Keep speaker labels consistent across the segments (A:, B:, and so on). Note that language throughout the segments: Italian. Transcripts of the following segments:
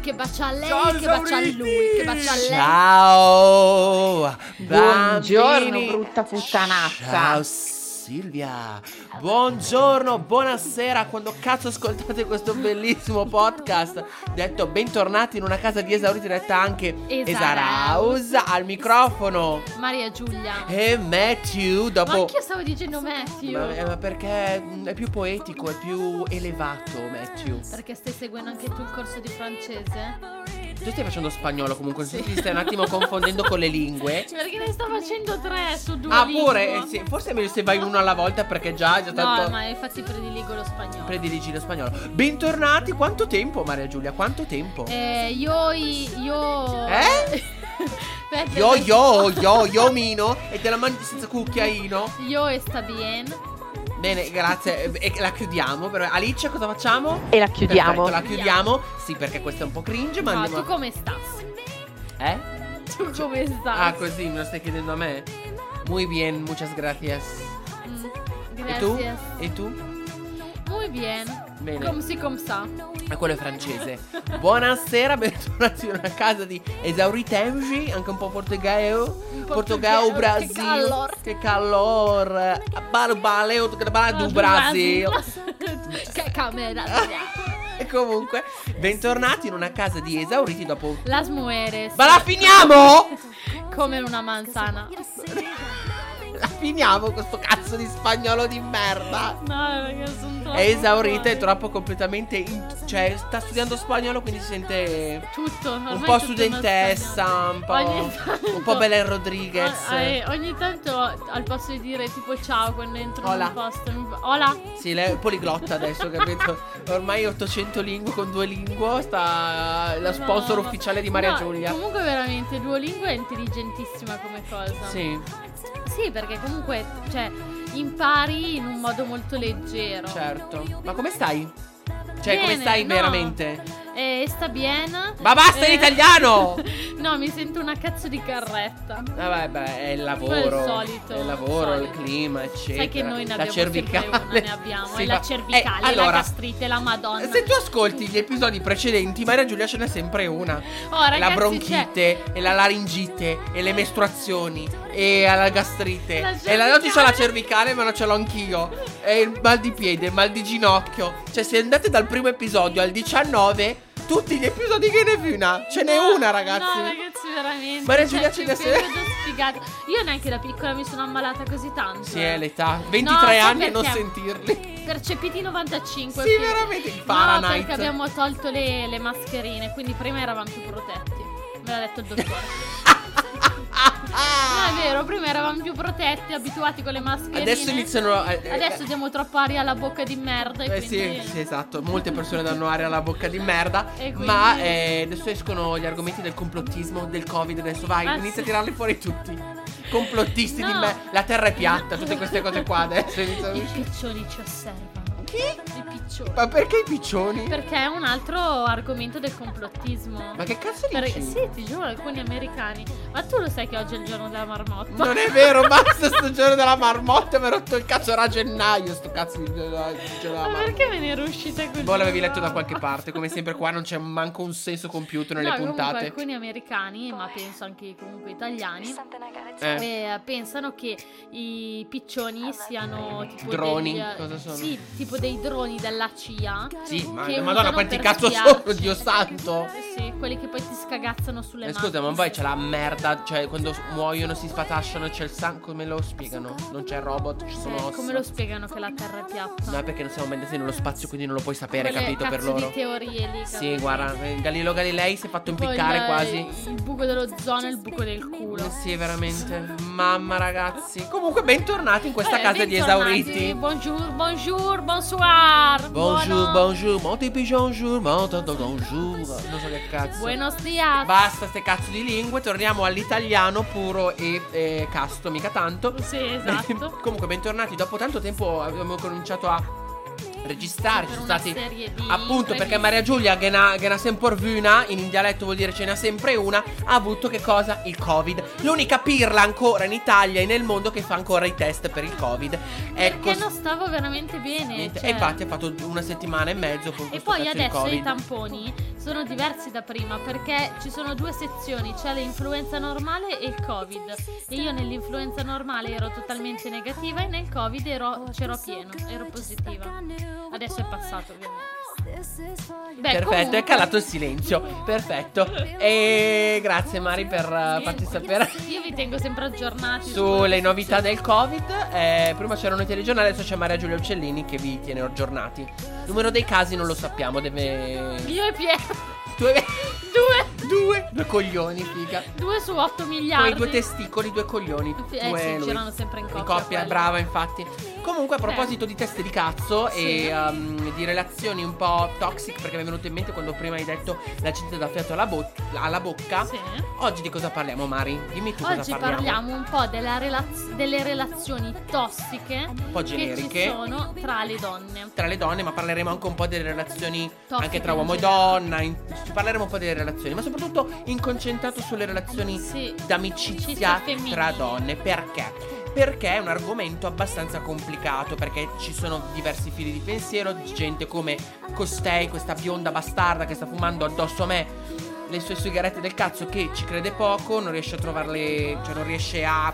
A: che bacia a lei,
B: Ciao,
A: che bacia a
B: Sauriti!
A: lui, che bacia a lei.
B: Ciao!
C: Buongiorno,
B: bambini.
C: brutta puttanazza.
B: Ciao Silvia! Buongiorno, buonasera, quando cazzo ascoltate questo bellissimo podcast? Detto bentornati in una casa di esauriti detta anche
A: Esaraus.
B: Esarausa al microfono.
A: Maria Giulia.
B: E Matthew,
A: Ma
B: dopo...
A: anche io stavo dicendo Matthew.
B: Ma, eh, ma perché mm, è più poetico, è più elevato Matthew.
A: Perché stai seguendo anche tu il corso di francese?
B: Tu stai facendo spagnolo comunque,
A: Sì.
B: ti stai un attimo confondendo con le lingue.
A: Cioè, perché ne sto facendo tre su due.
B: Ah pure, eh, sì, forse è meglio se vai uno alla volta perché già è già tanto...
A: No, ma infatti prediligo lo spagnolo.
B: Prediligi lo spagnolo. Bentornati, quanto tempo Maria Giulia? Quanto tempo?
A: eh, io, i- io...
B: Eh?
A: Aspetta,
B: Yo
A: questo-
B: yo yo yo mino e te la mangi senza cucchiaino.
A: Io e sta bien.
B: Bene, grazie. E la chiudiamo però. Alice, cosa facciamo?
C: E la chiudiamo.
B: Perfetto, la chiudiamo. Sì, perché questa è un po' cringe, ma
A: Ma
B: andiamo.
A: tu come stai?
B: eh?
A: Tu come
B: Ah,
A: stai?
B: così me lo stai chiedendo a me? Muy bien, muchas gracias.
A: Mm,
B: E tu?
A: gracias.
B: E tu?
A: Muy bien.
B: Bene.
A: Come si come sa.
B: Ma quello è francese. Buonasera, bentornati in una casa di esauritemgi, anche un po' portogheo. Portogallo, Brasil.
A: Che calor.
B: Che calor. Balo, baleo, baleo do Brasil.
A: che camera.
B: E comunque, bentornati in una casa di esauriti dopo...
A: Las mujeres.
B: Ma la finiamo?
A: Come una manzana.
B: La finiamo questo cazzo di spagnolo di merda.
A: No, perché sono troppo
B: È esaurita, è
A: fuori.
B: troppo completamente... in- Cioè, sta studiando spagnolo, quindi si sente...
A: Tutto. ormai
B: Un
A: tutto
B: po'
A: è
B: studentessa, un po'...
A: Ogni tanto-
B: Un po' Belen
A: uno
B: Rodriguez.
A: spagnolo. Ah, eh, ogni tanto al posto di dire tipo ciao quando entro
B: Hola.
A: in un posto. mi- Hola.
B: Sì, lei è poliglotta adesso, capito? Ormai 800 lingue con due lingue, sta la sponsor
A: No, no.
B: ufficiale di Maria
A: No,
B: Giulia.
A: Comunque veramente Duolingo è intelligentissima come cosa.
B: Sì,
A: Sì, perché comunque cioè, impari in un modo molto leggero.
B: certo. Ma come stai? Cioè, come
A: Bene,
B: stai
A: no.
B: veramente?
A: Eh, sta bene.
B: Ma basta in
A: Eh,
B: italiano!
A: no, mi sento una cazzo di carretta.
B: Ah, Vabbè, beh, è il lavoro.
A: Quello è il solito,
B: È il lavoro, il
A: solito.
B: clima, eccetera.
A: Sai che noi ne
B: la
A: abbiamo
B: cervicale.
A: sempre una, ne abbiamo.
B: Sì,
A: e la
B: ma-
A: cervicale,
B: eh, allora,
A: la gastrite, la madonna.
B: Se tu ascolti gli episodi precedenti, Maria Giulia ce n'è sempre una.
A: Oh, ragazzi,
B: la
A: cioè,
B: bronchite, e la laringite, e le mestruazioni, e la gastrite.
A: La
B: e la notte c'ho la
A: cervicale.
B: cervicale, ma non ce l'ho anch'io. E il mal di piede, il mal di ginocchio. Cioè, se andate dal primo episodio al 19, tutti gli episodi che ne più una. Ce n'è
A: no,
B: una, ragazzi.
A: No, ragazzi, veramente.
B: Maria
A: cioè,
B: Giulia ce ne
A: che
B: se-
A: periodo sfigato. Io neanche da piccola mi sono ammalata così tanto.
B: Sì, è
A: eh.
B: l'età.
A: No,
B: 23
A: sai
B: anni e non
A: perché?
B: sentirli.
A: Percepiti 95.
B: Sì,
A: quindi-
B: veramente, il
A: No,
B: Fahrenheit.
A: perché abbiamo tolto le, le mascherine, quindi prima eravamo più protetti. Me l'ha detto il dottore. no, è vero, prima eravamo più protetti, abituati con le mascherine.
B: Adesso iniziano. a-
A: Adesso diamo troppa aria alla bocca di merda. E
B: Eh sì,
A: quindi...
B: sì, esatto, molte persone danno aria alla bocca di merda.
A: E quindi-
B: Ma eh, adesso escono gli argomenti del complottismo, del Covid. Adesso vai,
A: Ah,
B: inizia
A: sì.
B: a tirarli fuori tutti. Complottisti di
A: No.
B: me, la terra è piatta, tutte queste cose qua adesso. iniziano-
A: I piccioni ci osservano.
B: Chi?
A: I piccioni.
B: Ma perché i piccioni?
A: Perché è un altro argomento del complottismo.
B: Ma che cazzo
A: Per-
B: dici?
A: Sì, ti giuro, alcuni americani. Ma tu lo sai che oggi è il giorno della marmotta?
B: Non è vero, basta sto giorno della marmotta, mi ha rotto il cazzo era a gennaio, sto cazzo di giorno della della
A: Ma
B: marmotta.
A: perché me ne ero uscita così?
B: Boh, l'avevi letto da qualche parte, come sempre qua non c'è manco un senso compiuto nelle
A: no, comunque
B: puntate.
A: alcuni americani, ma penso anche comunque italiani,
B: Eh.
A: eh, pensano che i piccioni siano tipo
B: Droni,
A: degli-
B: cosa sono?
A: Sì, tipo dei droni della CIA.
B: Sì, ma
A: che
B: madonna,
A: usano
B: quanti
A: per
B: cazzo
A: spiarci.
B: sono, Dio santo!
A: Sì, quelli che poi ti scagazzano sulle
B: Eh,
A: mani.
B: scusa, ma poi c'è la merda, cioè quando s- muoiono si sfatasciano c'è il sangue, come lo spiegano? Non c'è robot, ci sono
A: Eh,
B: ossa.
A: come lo spiegano che la Terra è piatta?
B: No, è perché non siamo mai andati nello spazio, quindi non lo puoi sapere,
A: Quelle
B: capito, per
A: cazzo
B: loro.
A: di teorie lì.
B: Sì,
A: capito?
B: guarda, eh, Galileo Galilei si è fatto
A: Tipo il-
B: impiccare quasi.
A: Il buco dell'ozono e il buco del culo.
B: Eh Sì, veramente. Mamma ragazzi. Comunque, bentornati in questa
A: Vabbè,
B: casa di
A: bentornati.
B: esauriti.
A: Eh, Bonjour, bonjour, bonsoir.
B: Bonjour,
A: Buono-
B: bonjour, mon tipi bonjour, mon toto bonjour. Non so che cazzo.
A: Buenos dias.
B: Basta ste cazzo di lingue, torniamo all'italiano puro e, e casto, mica tanto.
A: Sì, esatto.
B: Comunque, bentornati. Dopo tanto tempo abbiamo cominciato a registrare. Ci
A: Per
B: sono
A: una
B: stati.
A: serie di
B: Appunto, perché
A: imprevisti.
B: Maria Giulia, che n'ha, che n'ha sempre una, in dialetto vuol dire ce n'ha sempre una, ha avuto che cosa? Il Covid. L'unica pirla ancora in Italia e nel mondo che fa ancora i test per il Covid. Ecco.
A: Perché non stavo veramente bene.
B: niente.
A: cioè.
B: E infatti ha fatto una settimana e mezzo con
A: E
B: questo
A: poi
B: cazzo di
A: adesso i
B: Covid.
A: tamponi sono diversi da prima perché ci sono due sezioni, c'è l'influenza normale e il Covid. E io nell'influenza normale ero totalmente negativa e nel Covid ero, c'ero pieno, ero positiva. Adesso è passato ovviamente. Beh,
B: Perfetto, è
A: comunque-
B: calato il silenzio. Perfetto. E grazie Mari per eh, farci sapere
A: Io vi tengo sempre aggiornati
B: sulle novità del Covid. Eh, prima c'erano i telegiornali, adesso c'è Maria Giulia Uccellini che vi tiene aggiornati. Il numero dei casi non lo sappiamo, deve...
A: Io e Piero,
B: Due...
A: due,
B: Due... Due coglioni, figa.
A: due su 8
B: Con
A: miliardi.
B: i due testicoli, due coglioni.
A: Eh
B: due
A: sì,
B: lui.
A: girano sempre in
B: In
A: coppia.
B: coppia,
A: quelli. Eh.
B: brava, infatti. Comunque, a proposito di teste di cazzo
A: Sì.
B: e um, di relazioni un po' toxic, perché mi è venuto in mente quando prima hai detto la gente da fiato alla, bo- alla bocca.
A: Sì.
B: Oggi di cosa parliamo, Mari? Dimmi tu
A: Oggi
B: cosa parliamo.
A: parliamo un po' della relaz- delle relazioni tossiche
B: Un po'
A: che ci
B: generiche.
A: sono tra le donne.
B: Tra le donne, ma parleremo anche un po' delle relazioni
A: Tossiche
B: anche tra
A: in
B: uomo e
A: generale.
B: donna. in- ci parleremo un po' delle relazioni, ma soprattutto inconcentrato sulle relazioni
A: Sì. Amicizia
B: d'amicizia
A: femminile.
B: tra donne. Perché? Perché è un argomento abbastanza complicato, perché ci sono diversi fili di pensiero, gente come Costei, questa bionda bastarda che sta fumando addosso a me le sue sigarette del cazzo che ci crede poco, non riesce a trovarle, cioè non riesce a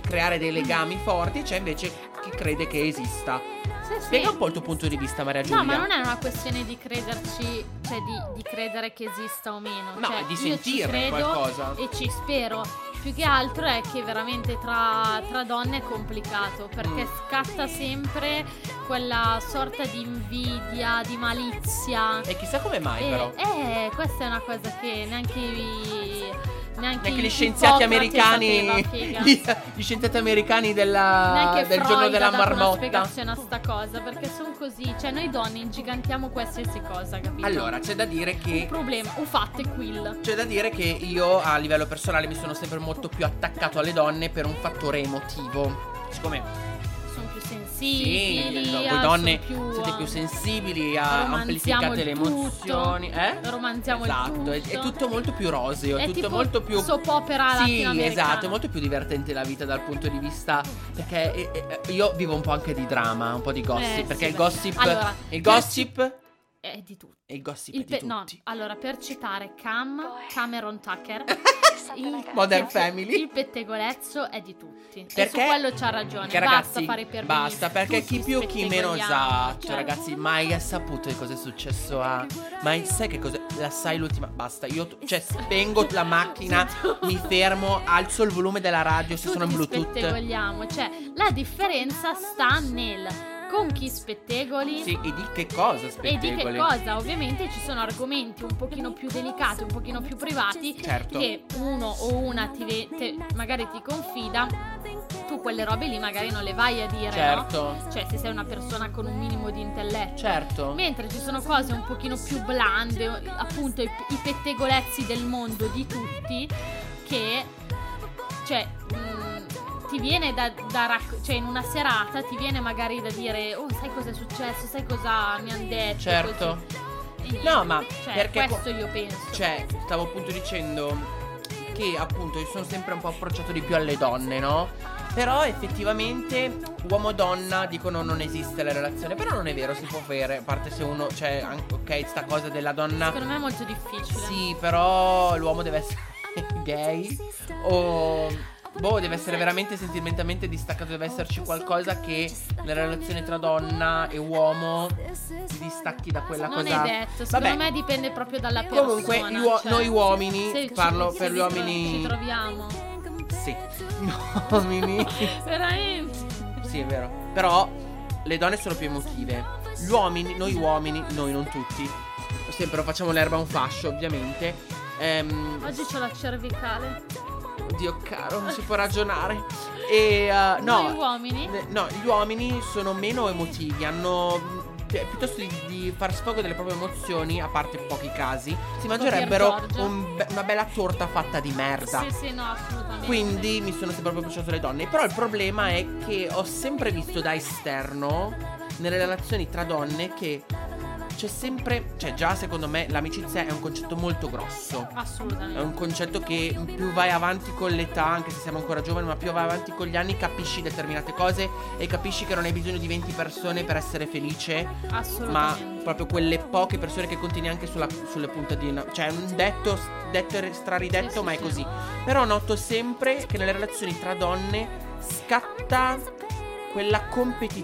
B: creare dei legami forti, c'è invece chi crede che esista.
A: Sì, sì.
B: Spiega un po' il tuo punto di vista, Maria Giulia.
A: No, ma non è una questione di crederci, cioè di, di credere che esista o meno.
B: No,
A: cioè,
B: di
A: io ci
B: sentire
A: credo
B: qualcosa.
A: E ci spero. Più che altro è che veramente tra, tra donne è complicato perché
B: Mm.
A: scatta sempre quella sorta di invidia, di malizia.
B: E chissà come mai, però.
A: Eh, eh, questa è una cosa che neanche i- neanche,
B: Neanche
A: i-
B: gli scienziati
A: Ippocrate
B: americani.
A: sapeva, figa.
B: gli, gli scienziati americani della-
A: Neanche
B: del
A: Freud
B: giorno
A: ha
B: della
A: dato una
B: marmotta.
A: spiegazione a sta cosa perché sono così, cioè noi donne ingigantiamo qualsiasi cosa, capito?
B: Allora, c'è da dire
A: un
B: che.
A: problema, un fatto è quill.
B: C'è da dire che io a livello personale mi sono sempre molto più attaccato alle donne per un fattore emotivo. Siccome
A: Sono più
B: sì,
A: sensibili, ah,
B: voi
A: sono
B: donne
A: più,
B: siete
A: ah,
B: più sensibili, a-
A: romanziamo
B: amplificate
A: il
B: le
A: tutto,
B: emozioni. Eh?
A: romanziamo il
B: esatto, è- È,
A: tutto.
B: tutto molto più roseo, è,
A: È
B: tutto
A: tipo
B: molto più
A: soap opera
B: Sì,
A: latinoamericana.
B: esatto, è molto più divertente la vita dal punto di vista perché eh, eh, io vivo un po' anche di dramma, un po' di gossip,
A: Eh, sì,
B: perché il
A: beh.
B: gossip
A: Allora,
B: il gossip
A: È di tutto.
B: il gossip
A: Il
B: di
A: pe- no,
B: tutti.
A: allora per citare Cam, Cameron Tucker, il,
B: Modern
A: il-
B: Family.
A: il pettegolezzo è di tutti. E su
B: Perché-
A: quello c'ha ragione.
B: Che
A: basta
B: ragazzi,
A: fare i permini.
B: basta, perché
A: Tutti
B: chi più chi meno
A: spettegoliamo,
B: sa,
A: cioè.
B: cioè ragazzi, mai ha saputo che cosa è successo a ma sai che cosa la sai l'ultima, basta, io t- cioè spengo la macchina,
A: Sì, tu-
B: mi fermo, alzo il volume della radio se sono in
A: Tutti
B: Bluetooth.
A: spettegoliamo, cioè la differenza sta nel con chi spettegoli
B: Sì, e di che cosa
A: e di che
B: spettegoli?
A: cosa. Ovviamente ci sono argomenti un pochino più delicati, un pochino più privati
B: Certo.
A: che uno o una ti ve- te- magari ti confida. Tu quelle robe lì magari non le vai a dire, no?
B: Certo.
A: cioè se sei una persona con un minimo di intelletto.
B: Certo.
A: Mentre ci sono cose un pochino più blande, appunto i, i pettegolezzi del mondo di tutti, che cioè mh, ti viene da, da rac- cioè in una serata ti viene magari da dire oh sai cosa è successo, sai cosa mi hanno detto.
B: Certo.
A: così. E
B: No, ma
A: cioè,
B: perché
A: questo
B: co-
A: io penso.
B: Cioè, stavo appunto dicendo che appunto io sono sempre un po' approcciato di più alle donne, no? Però effettivamente uomo-donna dicono non esiste la relazione, però non è vero, si può fare, a parte se uno, cioè, an- ok, sta cosa della donna,
A: Secondo me è molto difficile.
B: sì, però l'uomo deve essere gay o... Boh, deve essere veramente sentimentalmente distaccato, deve esserci qualcosa che nella relazione tra donna e uomo ti distacchi da quella
A: Non
B: cosa.
A: è detto, secondo
B: Vabbè.
A: me dipende proprio dalla persona.
B: Comunque, gli uo-
A: cioè,
B: noi uomini,
A: se ci-
B: parlo
A: se
B: per
A: ci
B: gli
A: tro-
B: uomini.
A: Ci troviamo.
B: Sì, uomini.
A: Veramente.
B: sì, è vero. Però le donne sono più emotive. Gli uomini, noi uomini, noi non tutti. Sempre facciamo l'erba a un fascio, ovviamente. Ehm,
A: Oggi c'ho la cervicale.
B: Dio caro, non si può ragionare. E eh, no,
A: Noi uomini.
B: Ne- No, gli uomini sono meno emotivi, hanno. cioè, piuttosto di, di far sfogo delle proprio emozioni, a parte pochi casi, si mangerebbero
A: Piergiorgio.
B: un be- una bella torta fatta di merda.
A: Sì, sì, no, assolutamente.
B: Esatto. Quindi mi sono sempre proprio piaciute le donne. Però il problema è che ho sempre visto da esterno, nelle relazioni tra donne, che c'è sempre, cioè già secondo me l'amicizia è un concetto molto grosso. È
A: Assolutamente.
B: un concetto che più vai avanti con l'età, anche se siamo ancora giovani, ma più vai avanti con gli anni capisci determinate cose e capisci che non hai bisogno di 20 persone per essere felice, ma
A: Assolutamente.
B: proprio quelle poche persone che conti neanche sulla, sulle punte di una... Cioè è un detto, detto e straridetto,
A: Sì, sì,
B: ma è
A: sì.
B: così. Però noto sempre che nelle relazioni tra donne scatta quella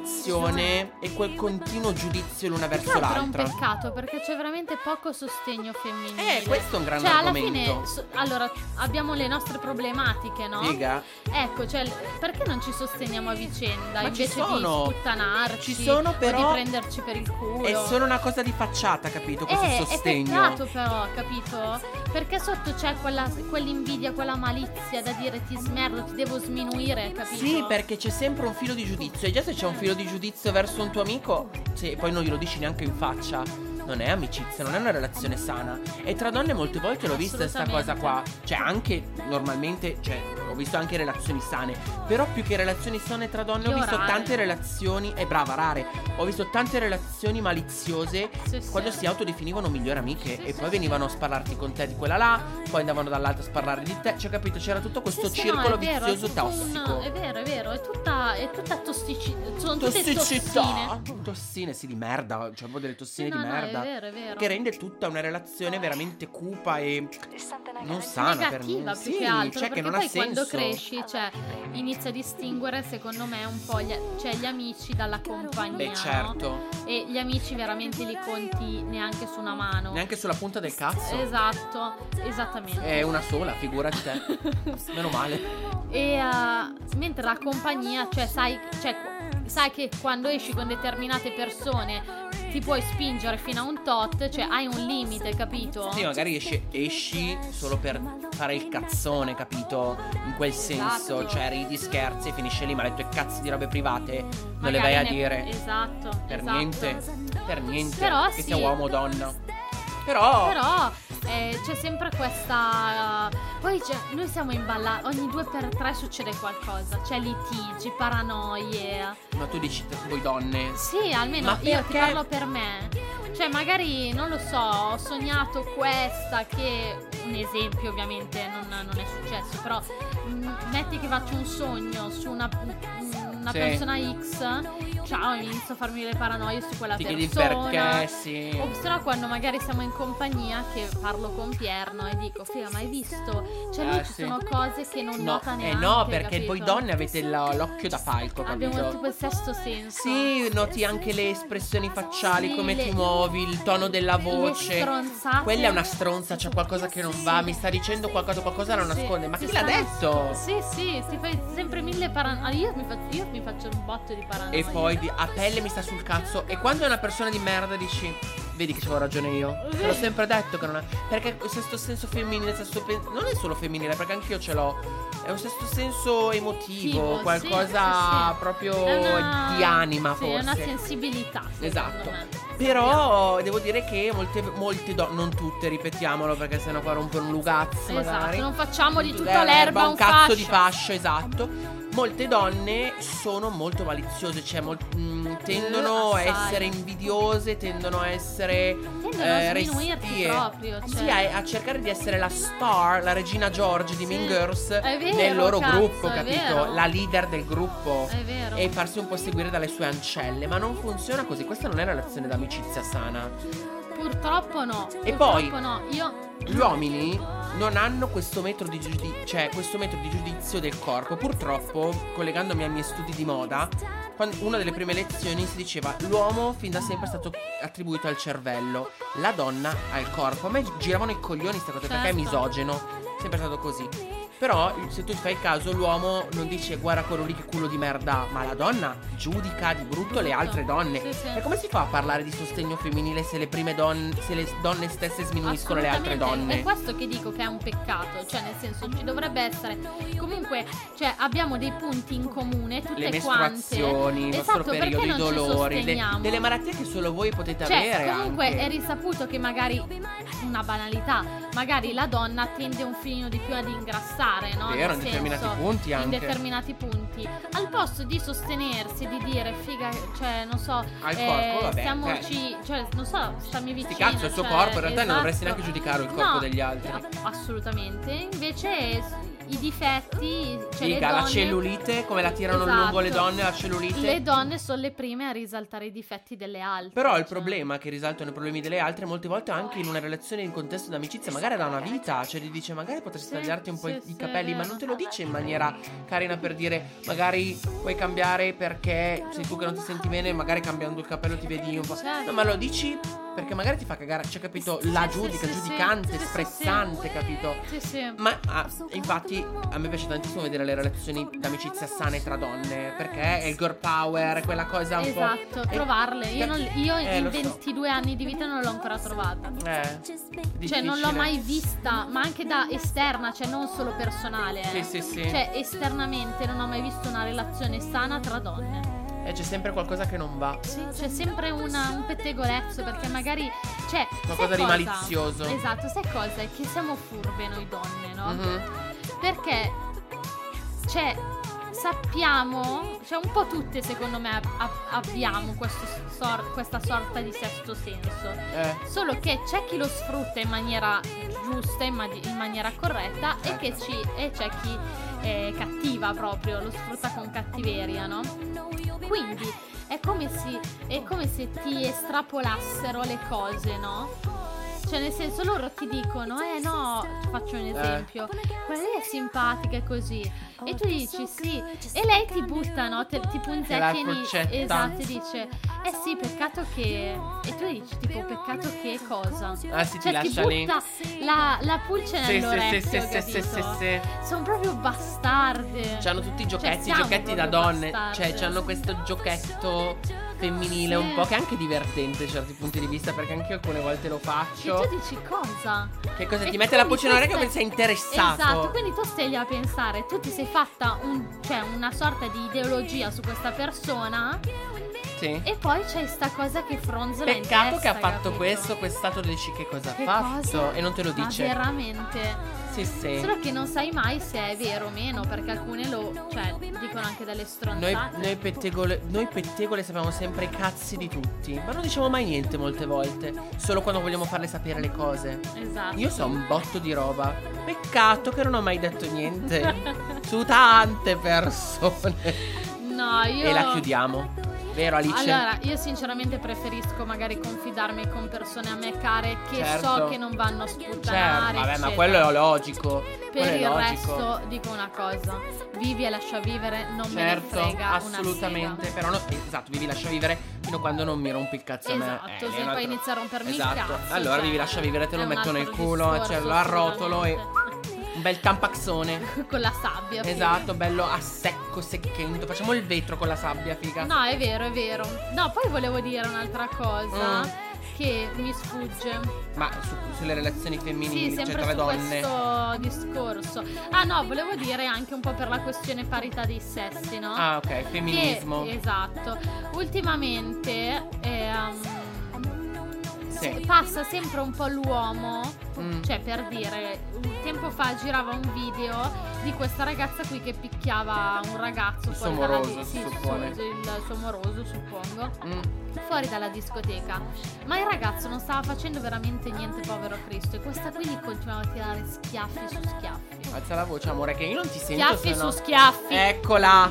B: competizione e quel continuo giudizio l'una
A: Più che
B: verso
A: altro è un
B: l'altra.
A: peccato perché c'è veramente poco sostegno femminile.
B: Eh, questo è un gran
A: cioè, alla
B: argomento.
A: fine, so- allora, abbiamo le nostre problematiche, no?
B: Figa.
A: Ecco, cioè, l- perché non ci sosteniamo a vicenda
B: Ma ci
A: Cioè, invece
B: sono.
A: di sputtanarci
B: Ci sono, però-
A: o di prenderci per il culo?
B: È solo una cosa di facciata, capito? Questo
A: Eh, è
B: sostegno.
A: peccato però, capito? Perché sotto c'è quella, quell'invidia, quella malizia da dire ti smerlo, ti devo sminuire, capito?
B: Sì, perché c'è sempre un filo di giudizio. E già se c'è un filo di giudizio verso un tuo amico, se poi non glielo dici neanche in faccia, non è amicizia, non è una relazione sana. E tra donne molte volte l'ho vista questa cosa qua. Cioè, anche normalmente, cioè, ho visto anche relazioni sane. Però più che relazioni sane tra donne, ho
A: Io
B: visto
A: rare.
B: tante relazioni. È brava, rare. Ho visto tante relazioni maliziose
A: Sì, sì.
B: quando si autodefinivano migliori amiche
A: Sì,
B: e
A: sì,
B: poi
A: sì,
B: venivano a sparlarti con te di quella là, poi andavano dall'altra a sparlare di te, cioè capito, c'era tutto questo
A: Sì, sì, no,
B: circolo
A: è vero, è
B: vizioso
A: tutto un-
B: tossico.
A: è vero, è vero, è tutta, è tutta tossicità. Sono tutte
B: Tossicità,
A: tossine.
B: tossine, sì, di merda, cioè proprio delle
A: Sì,
B: tossine
A: no,
B: di
A: no,
B: merda.
A: È vero, è vero.
B: Che rende tutta una relazione veramente cupa e non sana per me.
A: negativa più
B: Sì,
A: che altro
B: cioè
A: perché
B: che non ha
A: poi
B: senso.
A: quando cresci cioè, inizi a distinguere secondo me un po' gli, cioè, gli amici dalla compagnia
B: Beh,
A: no?
B: certo,
A: e gli amici veramente li conti neanche su una mano
B: neanche sulla punta del cazzo.
A: esatto esattamente
B: È una sola, figurati te. Meno male.
A: E eh, mentre la compagnia, cioè sai, cioè, sai che quando esci con determinate persone ti puoi spingere fino a un tot, cioè hai un limite, capito?
B: Sì, magari esci, esci solo per fare il cazzone, capito? In quel senso,
A: Esatto.
B: cioè ridi scherzi e finisce lì, ma le tue cazzi di robe private non
A: Magari
B: le vai a
A: ne-
B: dire.
A: Esatto.
B: Per
A: esatto.
B: niente, per niente.
A: Però
B: che
A: sì.
B: sia uomo o donna. Però,
A: Però eh, c'è sempre questa. eh, Poi c'è, noi siamo imballati. Ogni due per tre succede qualcosa. C'è litigi, paranoie.
B: ma tu dici t- voi donne.
A: Sì, almeno io
B: Ma
A: ti
B: perché-
A: parlo per me. Cioè, magari, non lo so, ho sognato questa che. Un esempio ovviamente non, non è successo, però mh, metti che faccio un sogno su una, una
B: Sì.
A: persona X, ciao, inizio a farmi le paranoie su quella
B: Ti chiedi
A: persona.
B: perché, sì.
A: O se no quando magari siamo in compagnia che parlo con Pierno e dico Figa ma hai visto? Cioè lui
B: Eh,
A: ci
B: sì.
A: sono cose che non
B: No,
A: nota
B: eh
A: neanche
B: no, perché
A: capito?
B: voi donne avete la- l'occhio da palco, capito?
A: Abbiamo tipo il sesto senso
B: Sì, noti anche le espressioni facciali,
A: Sì,
B: come
A: le-
B: ti muovi, il tono della
A: Le
B: voce.
A: stronzate
B: Quella è una stronza, c'è qualcosa che non va, mi sta dicendo qualcosa, qualcosa la
A: Sì,
B: nasconde. Ma
A: si
B: chi l'ha
A: sta-
B: detto?
A: Sì, sì, si fai sempre mille paranoie io, mi faccio- io mi faccio un botto di paranoie
B: E poi di- a pelle mi sta sul cazzo. E quando è una persona di merda dici. Vedi che c'avevo ragione io. Te l'ho sempre detto che non è. Perché il sesto senso femminile, il sesto pen- non è solo femminile, perché anch'io ce l'ho. È un sesto senso emotivo,
A: Tipo,
B: qualcosa
A: sì, sì, sì.
B: proprio
A: È una-
B: di anima,
A: sì,
B: forse.
A: È una sensibilità secondo
B: Esatto.
A: me.
B: Però devo dire che molte, molte donne, non tutte, ripetiamolo, perché sennò qua rompono un lugazzo.
A: Esatto,
B: magari.
A: non facciamo di
B: Eh,
A: tutta l'erba
B: un cazzo
A: fascio.
B: di fascio, esatto. Molte donne sono molto maliziose, cioè mol- mm, tendono a
A: Eh, assai.
B: essere invidiose, tendono a essere
A: Tendono a
B: eh,
A: sminuirti
B: restie. Eh,
A: proprio, cioè.
B: Sì, a, a cercare di essere la star, la regina George di
A: Sì.
B: Mean Girls
A: È vero,
B: nel loro
A: cazzo,
B: gruppo,
A: è
B: capito?
A: vero.
B: La leader del gruppo
A: È vero.
B: e farsi un po' seguire dalle sue ancelle, ma non funziona così, questa non è una relazione d'amicizia sana.
A: Purtroppo no.
B: E
A: purtroppo
B: poi-
A: no. Io
B: Gli uomini non hanno questo metro di giudizio, cioè questo metro di giudizio del corpo. Purtroppo, collegandomi ai miei studi di moda, quan- una delle prime lezioni si diceva l'uomo fin da sempre è stato attribuito al cervello, la donna al corpo. A me giravano i coglioni queste cose perché è
A: Certo.
B: misogeno, sempre è stato così. Però se tu fai caso l'uomo non dice guarda quello lì che culo di merda, ha", ma la donna giudica di brutto le altre donne.
A: Sì, sì.
B: E come si fa a parlare di sostegno femminile se le prime donne, se le donne stesse sminuiscono le altre
A: assolutamente,
B: donne?
A: È questo che dico che è un peccato, cioè nel senso ci dovrebbe essere comunque, cioè abbiamo dei punti in comune tutte
B: le
A: quante.
B: mestruazioni, il
A: Esatto,
B: nostro periodo,
A: perché
B: i
A: non ci
B: dolori, le-
A: sosteniamo?
B: delle malattie che solo voi potete
A: Cioè,
B: avere.
A: comunque
B: anche.
A: è risaputo che magari una banalità, magari la donna tende un filino di più ad ingrassare, no?
B: Vero,
A: Nel
B: in determinati
A: senso,
B: punti
A: in
B: anche.
A: determinati punti. avanti, al posto di sostenersi, di dire figa, cioè non so,
B: Al corpo, vabbè,
A: stiamoci, cioè non so, stammi vicino.
B: Sti cazzo, il suo
A: eh, cioè,
B: corpo, in realtà non dovresti
A: esatto.
B: neanche giudicare il corpo
A: No, cioè,
B: degli altri.
A: a- Assolutamente. Invece i difetti, cioè le
B: Figa,
A: donne,
B: la cellulite, come la tirano lungo le
A: Esatto.
B: donne, la cellulite.
A: le donne sono le prime a risaltare i difetti delle altre.
B: Però il
A: cioè.
B: problema che risaltano i problemi delle altre molte volte anche in una relazione in contesto d'amicizia, magari da una vita, cioè gli dice magari potresti
A: Sì,
B: tagliarti un po'
A: sì,
B: i, i
A: sì,
B: capelli,
A: è
B: ma
A: vero.
B: non te lo dice in maniera carina per dire magari vuoi cambiare perché sei tu che non ti senti bene, magari cambiando il capello ti vedi un po'.
A: Certo.
B: No, ma lo dici perché magari ti fa cagare, cioè capito, la
A: Sì,
B: giudica,
A: sì, sì,
B: giudicante,
A: sì, sì,
B: sprezzante,
A: sì.
B: capito?
A: Sì, sì.
B: Ma ah, infatti a me piace tantissimo vedere le relazioni d'amicizia sane tra donne, perché è il girl power, quella cosa un po'...
A: Esatto,
B: Eh,
A: provarle. Io, non- io
B: eh,
A: in
B: lo so.
A: 22 anni di vita non l'ho ancora trovata.
B: Eh,
A: Cioè, non
B: difficile.
A: l'ho mai vista, ma anche da esterna, cioè non solo personale. eh.
B: Sì, sì, sì.
A: Cioè, esternamente non ho mai visto una relazione sana tra donne.
B: E Eh, c'è sempre qualcosa che non va.
A: Sì, c'è sempre una- un pettegolezzo perché magari. Cioè, sai
B: Qualcosa di malizioso.
A: Esatto, sai cosa? È che siamo furbe noi donne, no?
B: Mhm.
A: Perché cioè sappiamo, cioè un po' tutte secondo me ab- ab- abbiamo questo sor- questa sorta di sesto senso.
B: Eh,
A: Solo che c'è chi lo sfrutta in maniera giusta, in, ma- in maniera corretta e, che ci- e c'è chi è cattiva proprio, lo sfrutta con cattiveria, no? Quindi è come, si- è come se ti estrapolassero le cose, no? Cioè, nel senso, loro ti dicono, eh no, faccio un esempio, quella lì è simpatica e così. E tu dici sì. E lei ti butta, no? Te- ti
B: Te la
A: punzecchia in
B: accetta.
A: Esatto, e dice, eh sì, peccato che. E tu dici, tipo, peccato che cosa?
B: Ah, sì,
A: Cioè,
B: ti
A: ti
B: lascia lì.
A: butta la, la pulce
B: Sì, sì,
A: nell'orecchio.
B: sì, sì, sì, sì, sì, sì.
A: Sono proprio bastarde.
B: C'hanno tutti i giochetti, i
A: Cioè, siamo
B: giochetti da
A: proprio
B: donne.
A: bastarde.
B: Cioè, c'hanno questo giochetto femminile
A: Sì.
B: un po' che è anche divertente da certi punti di vista perché anche io alcune volte lo
A: E tu
B: faccio.
A: dici cosa?
B: Che cosa
A: E
B: ti mette la
A: quindi
B: pocina
A: tu
B: all'orecchio
A: stai-
B: perché sei interessato.
A: Esatto, quindi tu stai lì a pensare, tu ti sei fatta un- cioè, una sorta di ideologia su questa persona
B: Sì.
A: e poi c'è sta cosa che fronzola in
B: Peccato che
A: testa,
B: ha fatto
A: capito?
B: questo, quest'altro dici che cosa ha
A: Che
B: fatto
A: cosa?
B: e non te lo
A: Ma
B: dice.
A: Ah, veramente.
B: Sì, sì.
A: Solo che non sai mai se è vero o meno, perché alcune lo cioè, dicono anche dalle
B: Noi,
A: stronzate.
B: noi pettegole, noi pettegole sappiamo sempre i cazzi di tutti, ma non diciamo mai niente molte volte, solo quando vogliamo farle sapere le cose.
A: Esatto.
B: Io so un botto di roba, peccato che non ho mai detto niente su tante persone.
A: No, io.
B: E la chiudiamo, vero Alice?
A: Allora, io sinceramente preferisco magari confidarmi con persone a me care che so
B: Certo.
A: che non vanno a
B: certo,
A: sputtanare.
B: vabbè, ma
A: eccetera.
B: quello è logico. quello
A: Per
B: è
A: il
B: logico.
A: resto dico una cosa, vivi e lascia vivere, non
B: Certo,
A: me ne frega una
B: assolutamente.
A: sega.
B: Però no, esatto, vi lascia vivere fino a quando non mi rompi il cazzo a me.
A: Esatto,
B: Eh,
A: se
B: è un
A: poi
B: altro-
A: inizia a rompermi il
B: Esatto.
A: cazzo.
B: Allora
A: cioè,
B: vi lascia vivere, te lo
A: è un
B: metto nel
A: altro
B: culo,
A: discorso,
B: cioè, lo arrotolo e
A: assolutamente.
B: un bel tampazzone.
A: con la sabbia. figa.
B: Esatto, bello a secco, secchento. Facciamo il vetro con la sabbia, figa.
A: No, è vero, è vero. No, poi volevo dire un'altra cosa
B: Mm.
A: che mi sfugge.
B: Ma su- sulle relazioni femminili,
A: Sì,
B: cioè
A: sempre
B: tra le
A: su
B: donne.
A: questo discorso. Ah no, volevo dire anche un po' per la questione parità dei sessi, no?
B: Ah, ok,
A: Che-
B: femminismo.
A: esatto. Ultimamente ehm,
B: Sì.
A: passa sempre un po' l'uomo
B: Mm.
A: cioè per dire, un tempo fa girava un video di questa ragazza qui che picchiava un ragazzo
B: Il
A: fuori
B: suo
A: dalla
B: moroso,
A: dis-
B: si
A: sì, il
B: suppone.
A: suo- il suo moroso, suppongo,
B: Mm.
A: fuori dalla discoteca. Ma il ragazzo non stava facendo veramente niente, povero Cristo, e questa qui gli continuava a tirare schiaffi su schiaffi.
B: Alza la voce, amore, che io non ti sento.
A: Schiaffi
B: se no-
A: su schiaffi.
B: Eh. Eccola.